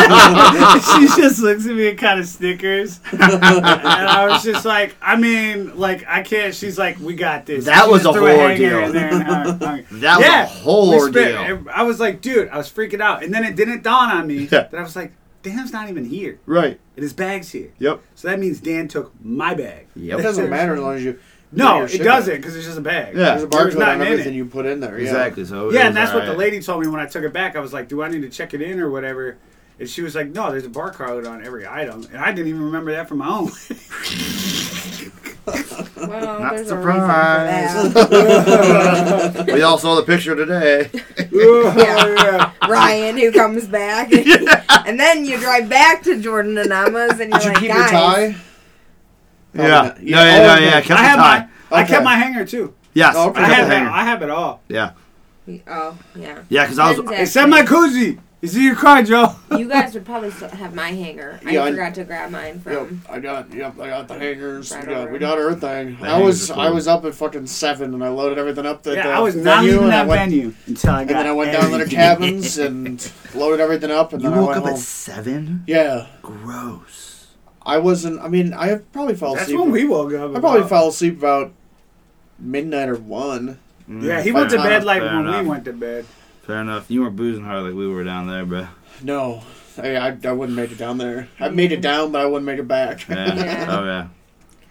E: she just looks at me and kind of snickers.
D: and I was just like, I mean, like I can't. She's like, we got this.
C: That
D: She
C: was
D: just
C: a
D: threw
C: whole
D: hanger
C: ordeal.
D: in there and hung- hung it.
C: <laughs> That
D: Yeah,
C: was a whole
D: we spent-
C: ordeal.
D: I was like, dude, I was freaking out, and then it didn't dawn on me
C: Yeah.
D: that I was like, Dan's not even here.
C: Right.
D: And his bag's here.
C: Yep.
D: So that means Dan took my bag.
A: it
C: Yep.
A: doesn't matter as long as you.
D: No,
A: your
D: it
A: shit
D: doesn't because it's just a bag.
C: Yeah.
A: There's a
D: There was
A: barcode on
D: nothing in
A: everything
D: it.
A: you put in there. Yeah.
C: Exactly. So it
D: Yeah,
C: was
D: and that's what the
C: alright.
D: lady told me when I took it back. I was like, "Do I need to check it in or whatever?" And she was like, "No, there's a barcode on every item," and I didn't even remember that from my own. <laughs>
B: Well,
C: Not
B: there's a reason
C: surprised.
B: for
A: <laughs>
B: that.
C: we all saw the picture today.
D: yeah.
B: Ryan who
A: <laughs>
B: comes back, and then you drive back to Jordan and Emma's, and you're
A: Did you
B: like,
A: keep your
B: guys,
A: tie? Probably
C: yeah.
A: not.
C: Yeah. Yeah.
A: Oh,
C: Yeah.
A: okay.
C: yeah. Kept
D: I
C: the
D: have
C: tie.
D: my I
A: Okay.
D: kept my hanger too.
C: Yes.
A: Oh,
C: I
A: okay.
D: I
C: kept
D: have
C: the
D: that,
C: hanger.
D: I have it all
C: Yeah.
B: oh yeah,
C: Yeah, because I was.
B: Ken's
D: except my
B: actually-
D: koozie. Is it your car, Joe?
B: You guys would probably still have my hanger.
A: Yeah,
B: I
A: I-
B: forgot to grab mine
A: Yep,
D: Um,
B: from.
A: I got yep, I got the hangers.
B: Right
A: we, got,
B: over.
A: we got our thing. I
C: hangers
A: was
C: are
A: I
C: cool.
A: was up at fucking seven and I loaded everything up. At the
D: yeah, I was not
A: venue,
D: leaving
A: and I
D: that
A: went-
D: venue until I
A: And
D: got.
A: then I went down to the
C: <laughs>
D: everything.
A: cabins and loaded everything up, and
C: You
A: then I
C: woke
A: went
C: up
A: home.
C: at seven.
A: yeah,
C: Gross.
A: I wasn't. I mean, I probably fell
E: That's
A: asleep.
E: when we woke up.
A: I probably
E: about.
A: fell asleep about midnight or one.
D: Yeah, he
C: Mm,
D: went to
C: fair
D: bed
C: enough,
D: like
C: fair
D: when
C: enough,
D: we went to bed.
C: Fair enough. You weren't boozing hard like we were down
B: <laughs>
C: there, bro.
A: No, I I, I wouldn't make it down there. I made it down, but I wouldn't make it back.
C: Yeah.
B: Yeah.
C: Oh yeah.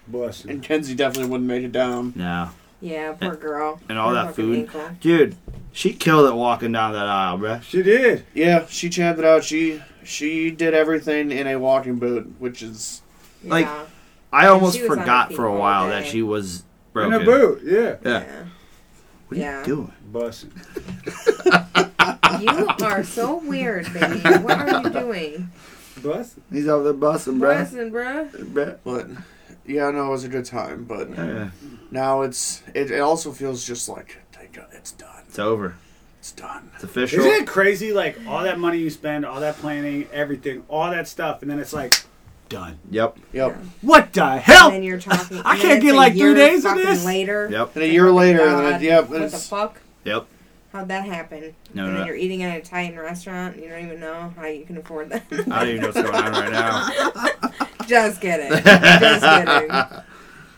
E: Busted.
A: <laughs> and Kenzie definitely wouldn't make it down.
C: No.
B: Yeah, poor girl.
C: And all
B: Her
C: that
B: fucking
C: food.
B: ankle.
C: Dude, she killed it walking down that aisle, bro.
E: She did.
A: Yeah, she champed it out. She she did everything in a walking boot, which is
C: Like,
B: yeah.
C: I almost
B: she was on her
C: forgot
B: feet
C: for a
B: all
C: while
B: day.
C: that she was
E: In
C: broken.
E: a boot. Yeah.
C: Yeah. What are
B: Yeah.
C: you doing?
E: Busted.
B: Yeah. you are so weird, baby. What are
C: <laughs>
B: you doing?
E: Busted.
C: He's out there busting, bro.
B: Listen, bruh.
C: Bruh. Oh,
A: but yeah, no, it was a good time. But
C: Yeah.
A: now it's it, it also feels just like thank God it's done.
C: It's over.
A: It's done.
C: It's official.
D: Isn't it crazy? Like all that money you spend, all that planning, everything, all that stuff, and then it's like done.
C: Yep.
A: Yep.
D: What the
B: And
D: hell?
B: then you're talking.
D: I
B: and then
D: can't
B: it's
D: get,
B: a
D: like, three
B: year
D: days of
B: fucking
D: this.
B: Later.
C: Yep.
A: And a year later,
B: God,
A: and it, yep,
B: What the
A: it's,
B: fuck?
C: Yep.
B: How'd that happen?
C: No,
B: and
C: no.
B: then you're eating at an Italian restaurant. And you don't even know how you can afford
C: <laughs>
B: that. <laughs>
C: I don't even know what's going on right now.
B: Just
C: <laughs>
B: kidding. Just kidding.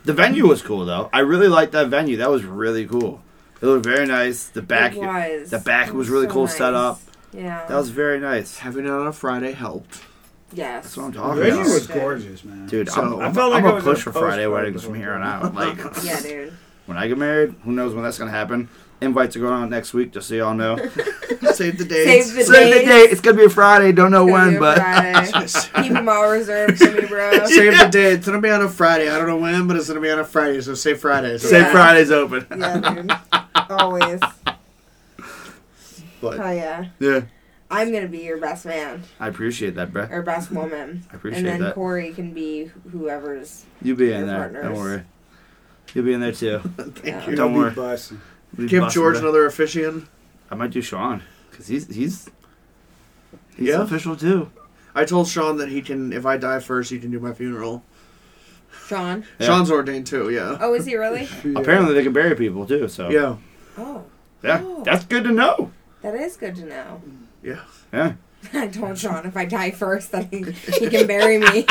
C: The venue was cool though. I really liked that venue. That was really cool. It looked very nice. The back
B: It was.
C: the back
B: It
C: was really cool
B: nice.
C: setup.
B: Yeah.
C: That was very nice.
A: having it on a Friday helped.
B: yes.
C: That's what I'm
E: The
C: talking
E: venue
C: about.
E: was gorgeous, man.
C: Dude,
A: So-
C: I'm,
E: I
C: I'm,
E: felt like
C: I'm
E: I
C: gonna
E: was in a
C: push for Friday
E: post-punk
C: weddings from
E: before.
C: here on out. Like
B: <laughs> yeah,
C: <laughs>
B: dude.
C: when I get married, who knows when that's gonna happen? Invites are going on next week, just so
B: <laughs>
C: y'all
A: <laughs>
C: know.
A: Save the date.
B: Save the
C: Save the
B: date.
C: date. It's gonna be a Friday. Don't know
B: Thursday,
C: when, but
B: Friday. Keep them all reserved for me, bro.
A: Save the date. It's gonna be on a Friday. I don't know when, but it's gonna be on a Friday. So say Friday. So,
C: <laughs> say
B: Yeah.
C: Friday's open. <laughs>
B: Yeah, dude. Always.
A: But-
B: oh yeah.
C: Yeah,
B: I'm gonna be your best man
C: I appreciate that, bro.
B: or best woman,
C: <laughs> I
B: and
C: appreciate
B: then
C: that.
B: Corey can be whoever's.
C: You be in
B: Your
C: there. Don't
B: partners.
C: worry. You'll be in there too.
A: Thank
B: Yeah.
A: you.
C: Don't worry.
E: Busted.
C: We'll be
A: Give
C: busting,
A: George
C: bro.
A: another officiant.
C: I might do Sean because he's he's he's
A: Yeah.
C: official too.
A: I told Sean that he can, if I die first, he can do my funeral.
B: Sean.
C: Yeah.
A: Sean's ordained too. Yeah.
B: Oh, is he
C: <laughs>
B: really?
C: Apparently, they can bury people too. So
A: Yeah.
B: Oh,
C: yeah,
B: Oh.
C: that's good to know.
B: that is good to know. <laughs>
A: Yeah.
C: Yeah,
B: I
C: <laughs>
B: told Sean if I die first, then he, he can bury me.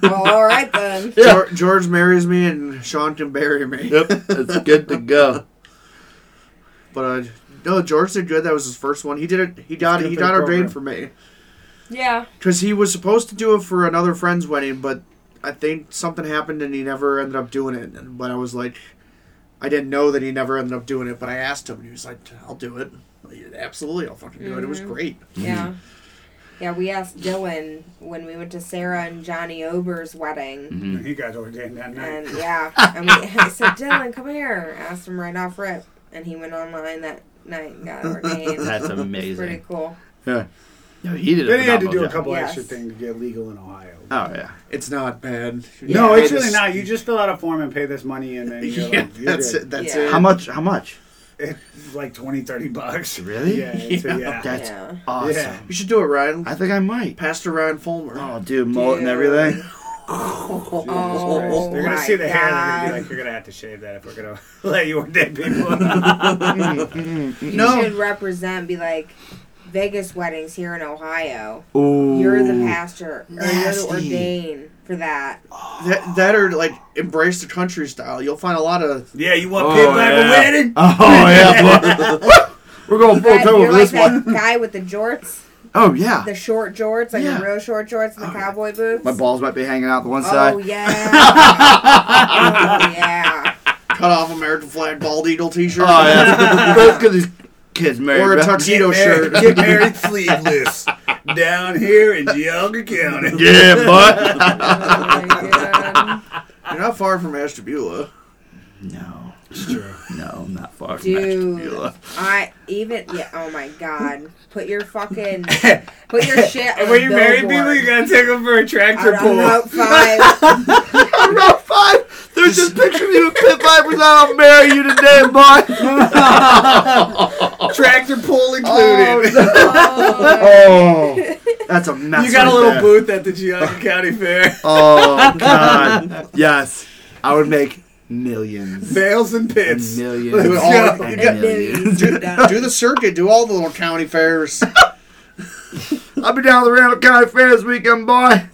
B: well, all right then.
A: Geor George, marries me, and Sean can bury me.
C: yep, it's good to <laughs> go.
A: But uh, no, George did good. That was his first one. He did it. He got
E: good
A: he
E: for the
A: got
E: program.
A: ordained for me
B: Yeah.
A: because he was supposed to do it for another friend's wedding, but I think something happened and he never ended up doing it. But I was like, I didn't know that he never ended up doing it. But I asked him, and he was like, "I'll do it. Like, Absolutely, I'll fucking do it. It was great."
B: Yeah.
C: Mm-hmm.
B: Yeah, we asked Dylan when we went to Sarah and Johnny Ober's
C: Mm-hmm.
B: wedding.
E: He got ordained that night.
C: <laughs>
B: And yeah, and we <laughs> I said, Dylan, come here. Asked him right off rip. And he went online that night and got
C: <laughs>
B: ordained.
C: That's
B: It's pretty
C: amazing.
B: cool.
C: Yeah, no, he did.
E: Then he had to
C: phenomenal
E: do a
C: job.
E: couple
B: Yes.
E: extra things to get legal in Ohio.
C: Oh yeah,
A: It's not bad.
E: No,
A: Yeah,
E: it's really
A: just- <laughs>
E: not. You just fill out a form and pay this money, and then
C: <laughs>
E: you're
A: Yeah,
E: like, you're
A: that's
E: good.
A: it. That's
B: Yeah.
A: it.
C: how much? How much?
E: It's like 20, 30 bucks.
C: Really?
E: Yeah, it's a- yeah.
C: That's
B: Yeah.
C: awesome.
E: Yeah.
A: You should do it, Ryan.
C: I think I might.
A: Pastor Ryan Fulmer.
C: Oh, dude, mullet and
B: Dude. <laughs>
C: everything.
E: Jesus
B: Oh,
E: Christ. They're gonna
B: my
E: see the hair. They're gonna
B: God.
E: be like, "You're gonna have to shave that if we're gonna <laughs> let you ordain people."
C: <laughs>
B: You
A: No.
B: should represent, be like, Vegas weddings here in Ohio.
C: Ooh,
B: You're the pastor. Or you're the
C: Nasty.
B: ordain for that.
A: That, that or like embrace the country style. You'll find a lot of
E: yeah, you want
C: Oh,
E: people to have
C: yeah.
E: a wedding?
C: Oh
B: <laughs>
C: yeah, boy. we're going full
B: That-
C: time
B: you're
C: over
B: like
C: this
B: that
C: one.
B: guy with the jorts,
C: Oh yeah,
B: the short jorts, like
C: Yeah.
B: the real short jorts, and the cowboy boots.
C: my balls might be hanging out the one
B: Oh
C: side.
B: yeah.
C: <laughs>
B: oh yeah.
A: cut off American flag bald eagle t shirt.
B: <laughs>
C: Oh yeah, that's because these kids married.
A: Or a
C: bruh.
A: tuxedo shirt.
E: Get married sleeveless down here in Geauga County.
C: <laughs> Yeah,
B: <laughs>
C: but
B: Oh, my God.
A: You're not far from Ashtabula.
C: no,
E: It's true.
C: no, not far from
B: Dude.
C: Ashtabula.
B: I even yeah. Oh my god. Put your
A: <laughs>
B: fucking put your shit.
E: And
B: on
E: when
B: a
E: you married people,
B: billboard.
E: you gotta take them for a tractor
B: Out on
E: pull.
A: <laughs>
B: Route Five.
C: I'm not five.
B: <laughs>
C: There's just pictures of you with pit vipers. I'll marry you today, boy.
E: Tractor pull <laughs> included.
C: <laughs>
A: Oh, that's a mess.
E: you got a
A: right
E: little
A: there.
E: booth at the Geauga County <laughs> Fair.
A: Oh God, yes, I would make millions.
E: Nails and pits.
C: A million.
E: Let's
A: It would all-
E: go.
A: and
B: And
C: millions.
B: millions down.
A: <laughs> Do the circuit. Do all the little county fairs.
C: I'll be down at the Randall County Fair this weekend, boy.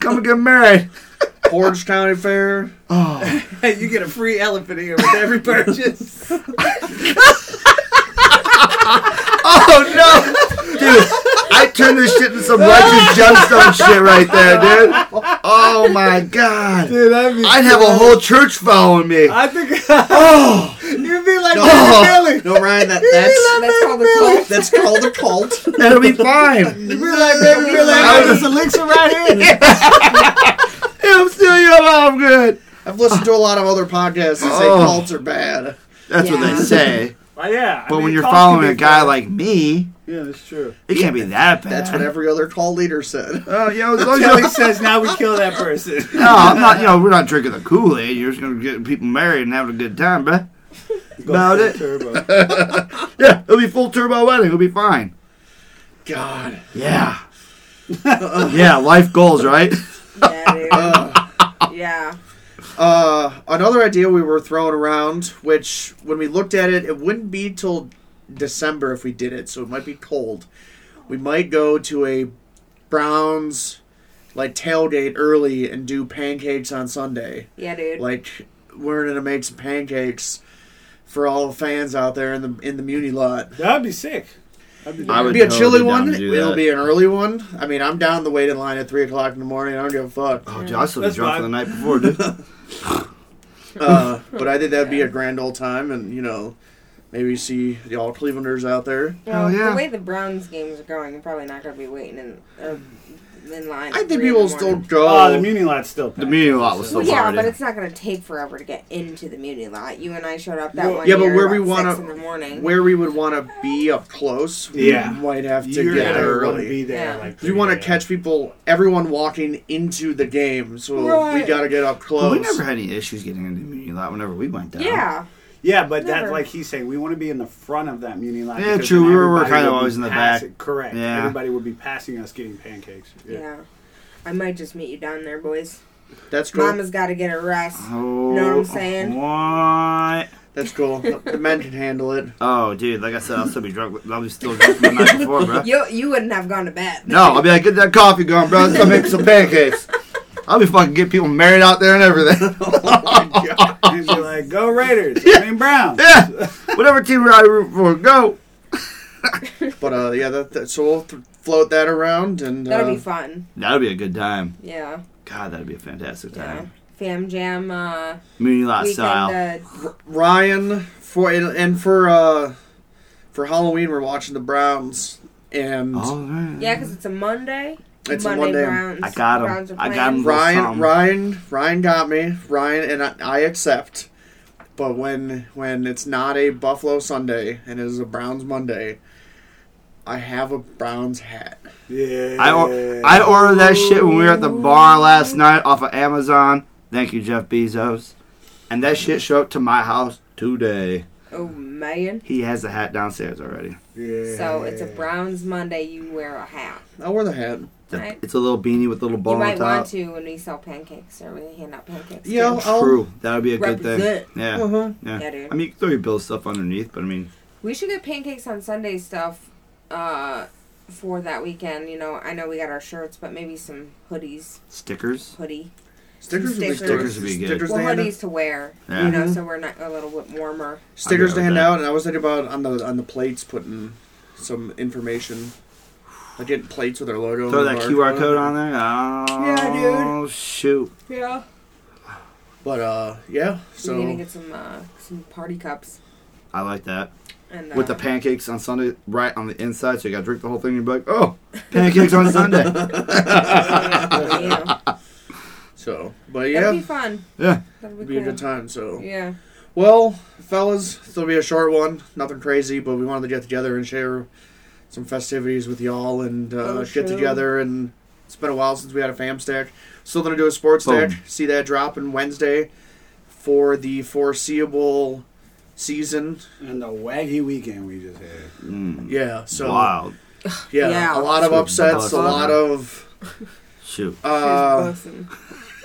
C: Come and get married.
A: Portage County Fair.
C: Oh,
E: Hey, you get a free elephant ear with every purchase.
C: oh no, dude! I turned this shit into some Righteous Gemstone shit right there, dude. Oh my
E: <laughs>
C: god,
E: Dude, that'd be
C: I'd have a whole church following me.
E: I think <laughs>
C: Oh,
E: you'd be like
C: Oh.
E: Billy.
A: No, Ryan. That that's
B: That's called a cult.
A: that's called a cult.
C: that'll be fine.
E: You'd be like "Oh, baby Billy. I got this elixir right
C: <laughs>
E: here.
C: I'm still young. I'm good.
A: I've listened to a lot of other podcasts that say
C: Oh.
A: cults are bad.
C: That's what
B: Yeah.
C: they say.
D: Well, yeah. I
C: But
D: mean,
C: when you're
D: cops
C: following
D: can
C: a
D: be
C: guy
D: bad.
C: like me,
E: Yeah, that's true.
C: it can't be that bad.
A: That's what every other cult leader said.
C: Oh, yeah, as long as
E: Billy
C: you're-
E: says now we kill that person.
C: No, I'm not. You know, we're not drinking the Kool Aid. You're just gonna get people married and having a good time, bruh. About it.
D: <laughs>
E: Turbo.
C: Yeah, it'll be full turbo wedding. It'll be fine.
A: God.
C: Yeah. <laughs> yeah, life goals, right?
B: Yeah, dude.
A: <laughs> Uh,
B: Yeah.
A: uh, another idea we were throwing around, which when we looked at it, it wouldn't be till December if we did it, so it might be cold. We might go to a Browns like tailgate early and do pancakes on Sunday.
B: Yeah, dude.
A: Like we're gonna make some pancakes for all the fans out there in the in the Muni lot.
E: That'd be sick. That'd be
C: I
A: It'll
C: would-
A: be a
C: totally
A: chilly
C: down
A: one.
C: to do
A: It'll
C: that.
A: be an early one. I mean, I'm down the waiting line at three o'clock in the morning. I don't give a fuck.
C: Oh, dude, I still be
E: That's
C: drunk
E: fine.
C: from the night before, dude.
A: Uh, but I think that'd be a grand old time, and you know, maybe see the all Clevelanders out there.
B: Well,
C: yeah.
B: The way the Browns games are going, you're probably not going to be waiting in, uh, in line.
A: I think
B: at three in
A: people will
B: the
A: still
B: morning.
A: go.
D: Oh, the Muni lot's still.
C: The meeting lot was
B: Well,
C: still
B: yeah,
C: party.
B: but it's not going to take forever to get into the muni lot. You and I showed up that
E: Well,
B: one
A: yeah, but
B: year
A: where we
B: about
A: wanna-
B: six in the morning.
A: where we would want to be up close, we
D: Yeah.
A: might have to
E: You're
A: get there
E: gonna want to
A: early.
E: be there.
B: Yeah.
E: Like
A: You want to
D: three
A: catch people, everyone walking into the game, so we
E: Right.
A: got to get up
C: Well,
A: close.
C: we never had any issues getting into the meeting lot whenever we went down.
B: yeah,
D: Yeah, but that,
B: Never.
D: like he's saying, we want to be in the front of that muni line.
C: Yeah,
D: because
C: true,
D: then
C: we were- we were
D: everybody
C: kinda
D: would be
C: always in the
D: passing-
C: back.
D: Correct.
C: Yeah.
D: Everybody would be passing us getting pancakes.
B: yeah, I might just meet you down there, boys.
A: That's cool.
B: Mama's got to get a rest.
C: Oh,
B: Know what I'm saying?
C: What?
A: That's
B: <laughs>
A: cool. the men can handle it.
C: Oh, dude, like I said, I'll still be drunk. I'll be still drunk from the night before, bro.
B: <laughs> You you wouldn't have gone to bed.
C: No, I'll be like, get that coffee going, bro. Let's go make some pancakes. I'll be fucking get people married out there and everything. <laughs>
D: and be like, go Raiders. I mean Brown.
C: yeah, whatever team I root for, go.
A: But uh, yeah, that, that so we'll th- float that around and
B: That'd
A: uh,
B: be fun.
C: That'd be a good time.
B: Yeah,
C: God, that'd be a fantastic
B: yeah.
C: time.
B: Fam jam uh,
C: Muni lot
B: weekend.
C: style.
B: Uh,
A: Ryan for and, and for uh, for Halloween we're watching the Browns and
C: All right.
B: uh, yeah, because it's a Monday.
A: It's a Monday.
B: Browns.
C: I got 'em.
B: Browns are
C: I got
B: playing.
C: 'em.
A: Ryan
C: Some.
A: Ryan Ryan got me Ryan and I, I accept. But when when it's not a Buffalo Sunday and it is a Browns Monday, I have a Browns hat.
E: Yeah.
C: I or- I ordered that shit when we were at the bar last night off of Amazon. Thank you, Jeff Bezos. And that shit showed up to my house today.
B: Oh man!
C: He has the hat downstairs already.
E: Yeah.
B: So it's a Browns Monday. You wear a hat.
A: I wear the hat.
C: The-
B: Right.
C: It's a little beanie with a little ball
B: you might
C: on top.
B: want to when we sell pancakes or we hand out pancakes.
A: Yeah,
B: too.
A: I'll,
C: True, that would be a good thing.
B: Represent. <laughs>
C: Yeah,
A: Uh-huh.
C: yeah.
B: Yeah, dude.
C: I mean, you can throw your bill stuff underneath, but I mean,
B: we should get pancakes on Sunday stuff uh, for that weekend. You know, I know we got our shirts, but maybe some hoodies,
C: stickers.
B: hoodie,
A: Stickers, would be
B: Stickers.
A: stickers.
C: Stickers would be good.
A: Stickers
B: well,
A: to hand out.
B: hoodies to wear.
C: Yeah.
B: You
A: Mm-hmm.
B: know, so we're not a little bit warmer.
A: Stickers
C: I'd
A: to
C: be
A: hand
C: all
A: out, and I was thinking about on the on the plates putting some information. Like getting plates with our logo.
C: Throw
A: and
C: that
A: barcode.
C: QR code on there. Oh,
A: Yeah,
C: dude. Shoot.
B: Yeah.
A: But uh, yeah.
B: So we're gonna
A: So
B: get some uh, some party cups
C: I like that.
B: and uh,
C: With the pancakes on Sunday, right on the inside, so you gotta drink the whole thing. And you're like, oh, pancakes on Sunday.
B: yeah.
A: so, but
B: That'd
A: yeah,
B: be fun.
C: <laughs> Yeah.
B: That'd be,
A: it'd be a
B: cool.
A: good time. So
B: Yeah.
A: Well, fellas, this will be a short one. Nothing crazy, but we wanted to get together and share some festivities with y'all and uh,
B: Oh,
A: get
B: sure.
A: together. And it's been a while since we had a fam stack. Still gonna do a sports
C: Boom.
A: stack. See that dropping Wednesday for the foreseeable season.
E: And the waggy weekend we just had.
A: Yeah, so
C: Wild.
A: Yeah,
B: Yeah.
A: a lot of
C: Sweet
A: upsets, a
C: bastard.
A: lot of.
C: Shoot.
A: Uh,
B: Listen.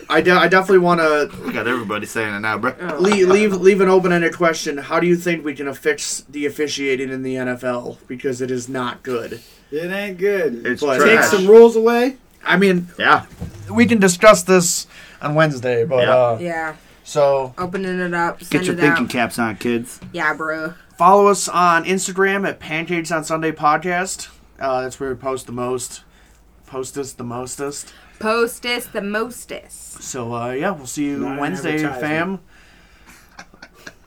A: I, de- I definitely want to
C: We got everybody saying it now, bro.
B: oh.
A: leave, leave leave an open ended question. How do you think we can affix the officiating in the NFL because it is not good?
E: It ain't good.
C: It's
A: But-
E: Take
C: trash.
E: some rules away.
A: I mean,
C: yeah.
A: we can discuss this on Wednesday, but
C: Yeah.
A: uh,
B: Yeah,
A: so
B: opening it up.
C: Get
B: Send
C: your
B: it
C: thinking
B: out.
C: caps on, kids.
B: Yeah, bro.
A: follow us on Instagram at Pancakes on Sunday podcast. Uh, that's where we post the most, post us the mostest.
B: Postest the mostest.
A: So uh, yeah, we'll see you
E: Not an
A: Wednesday, fam.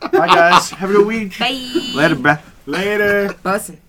E: advertisement.
A: Bye guys, have a good week.
B: Bye.
C: Later, bruh.
E: Later.
B: Bussin'.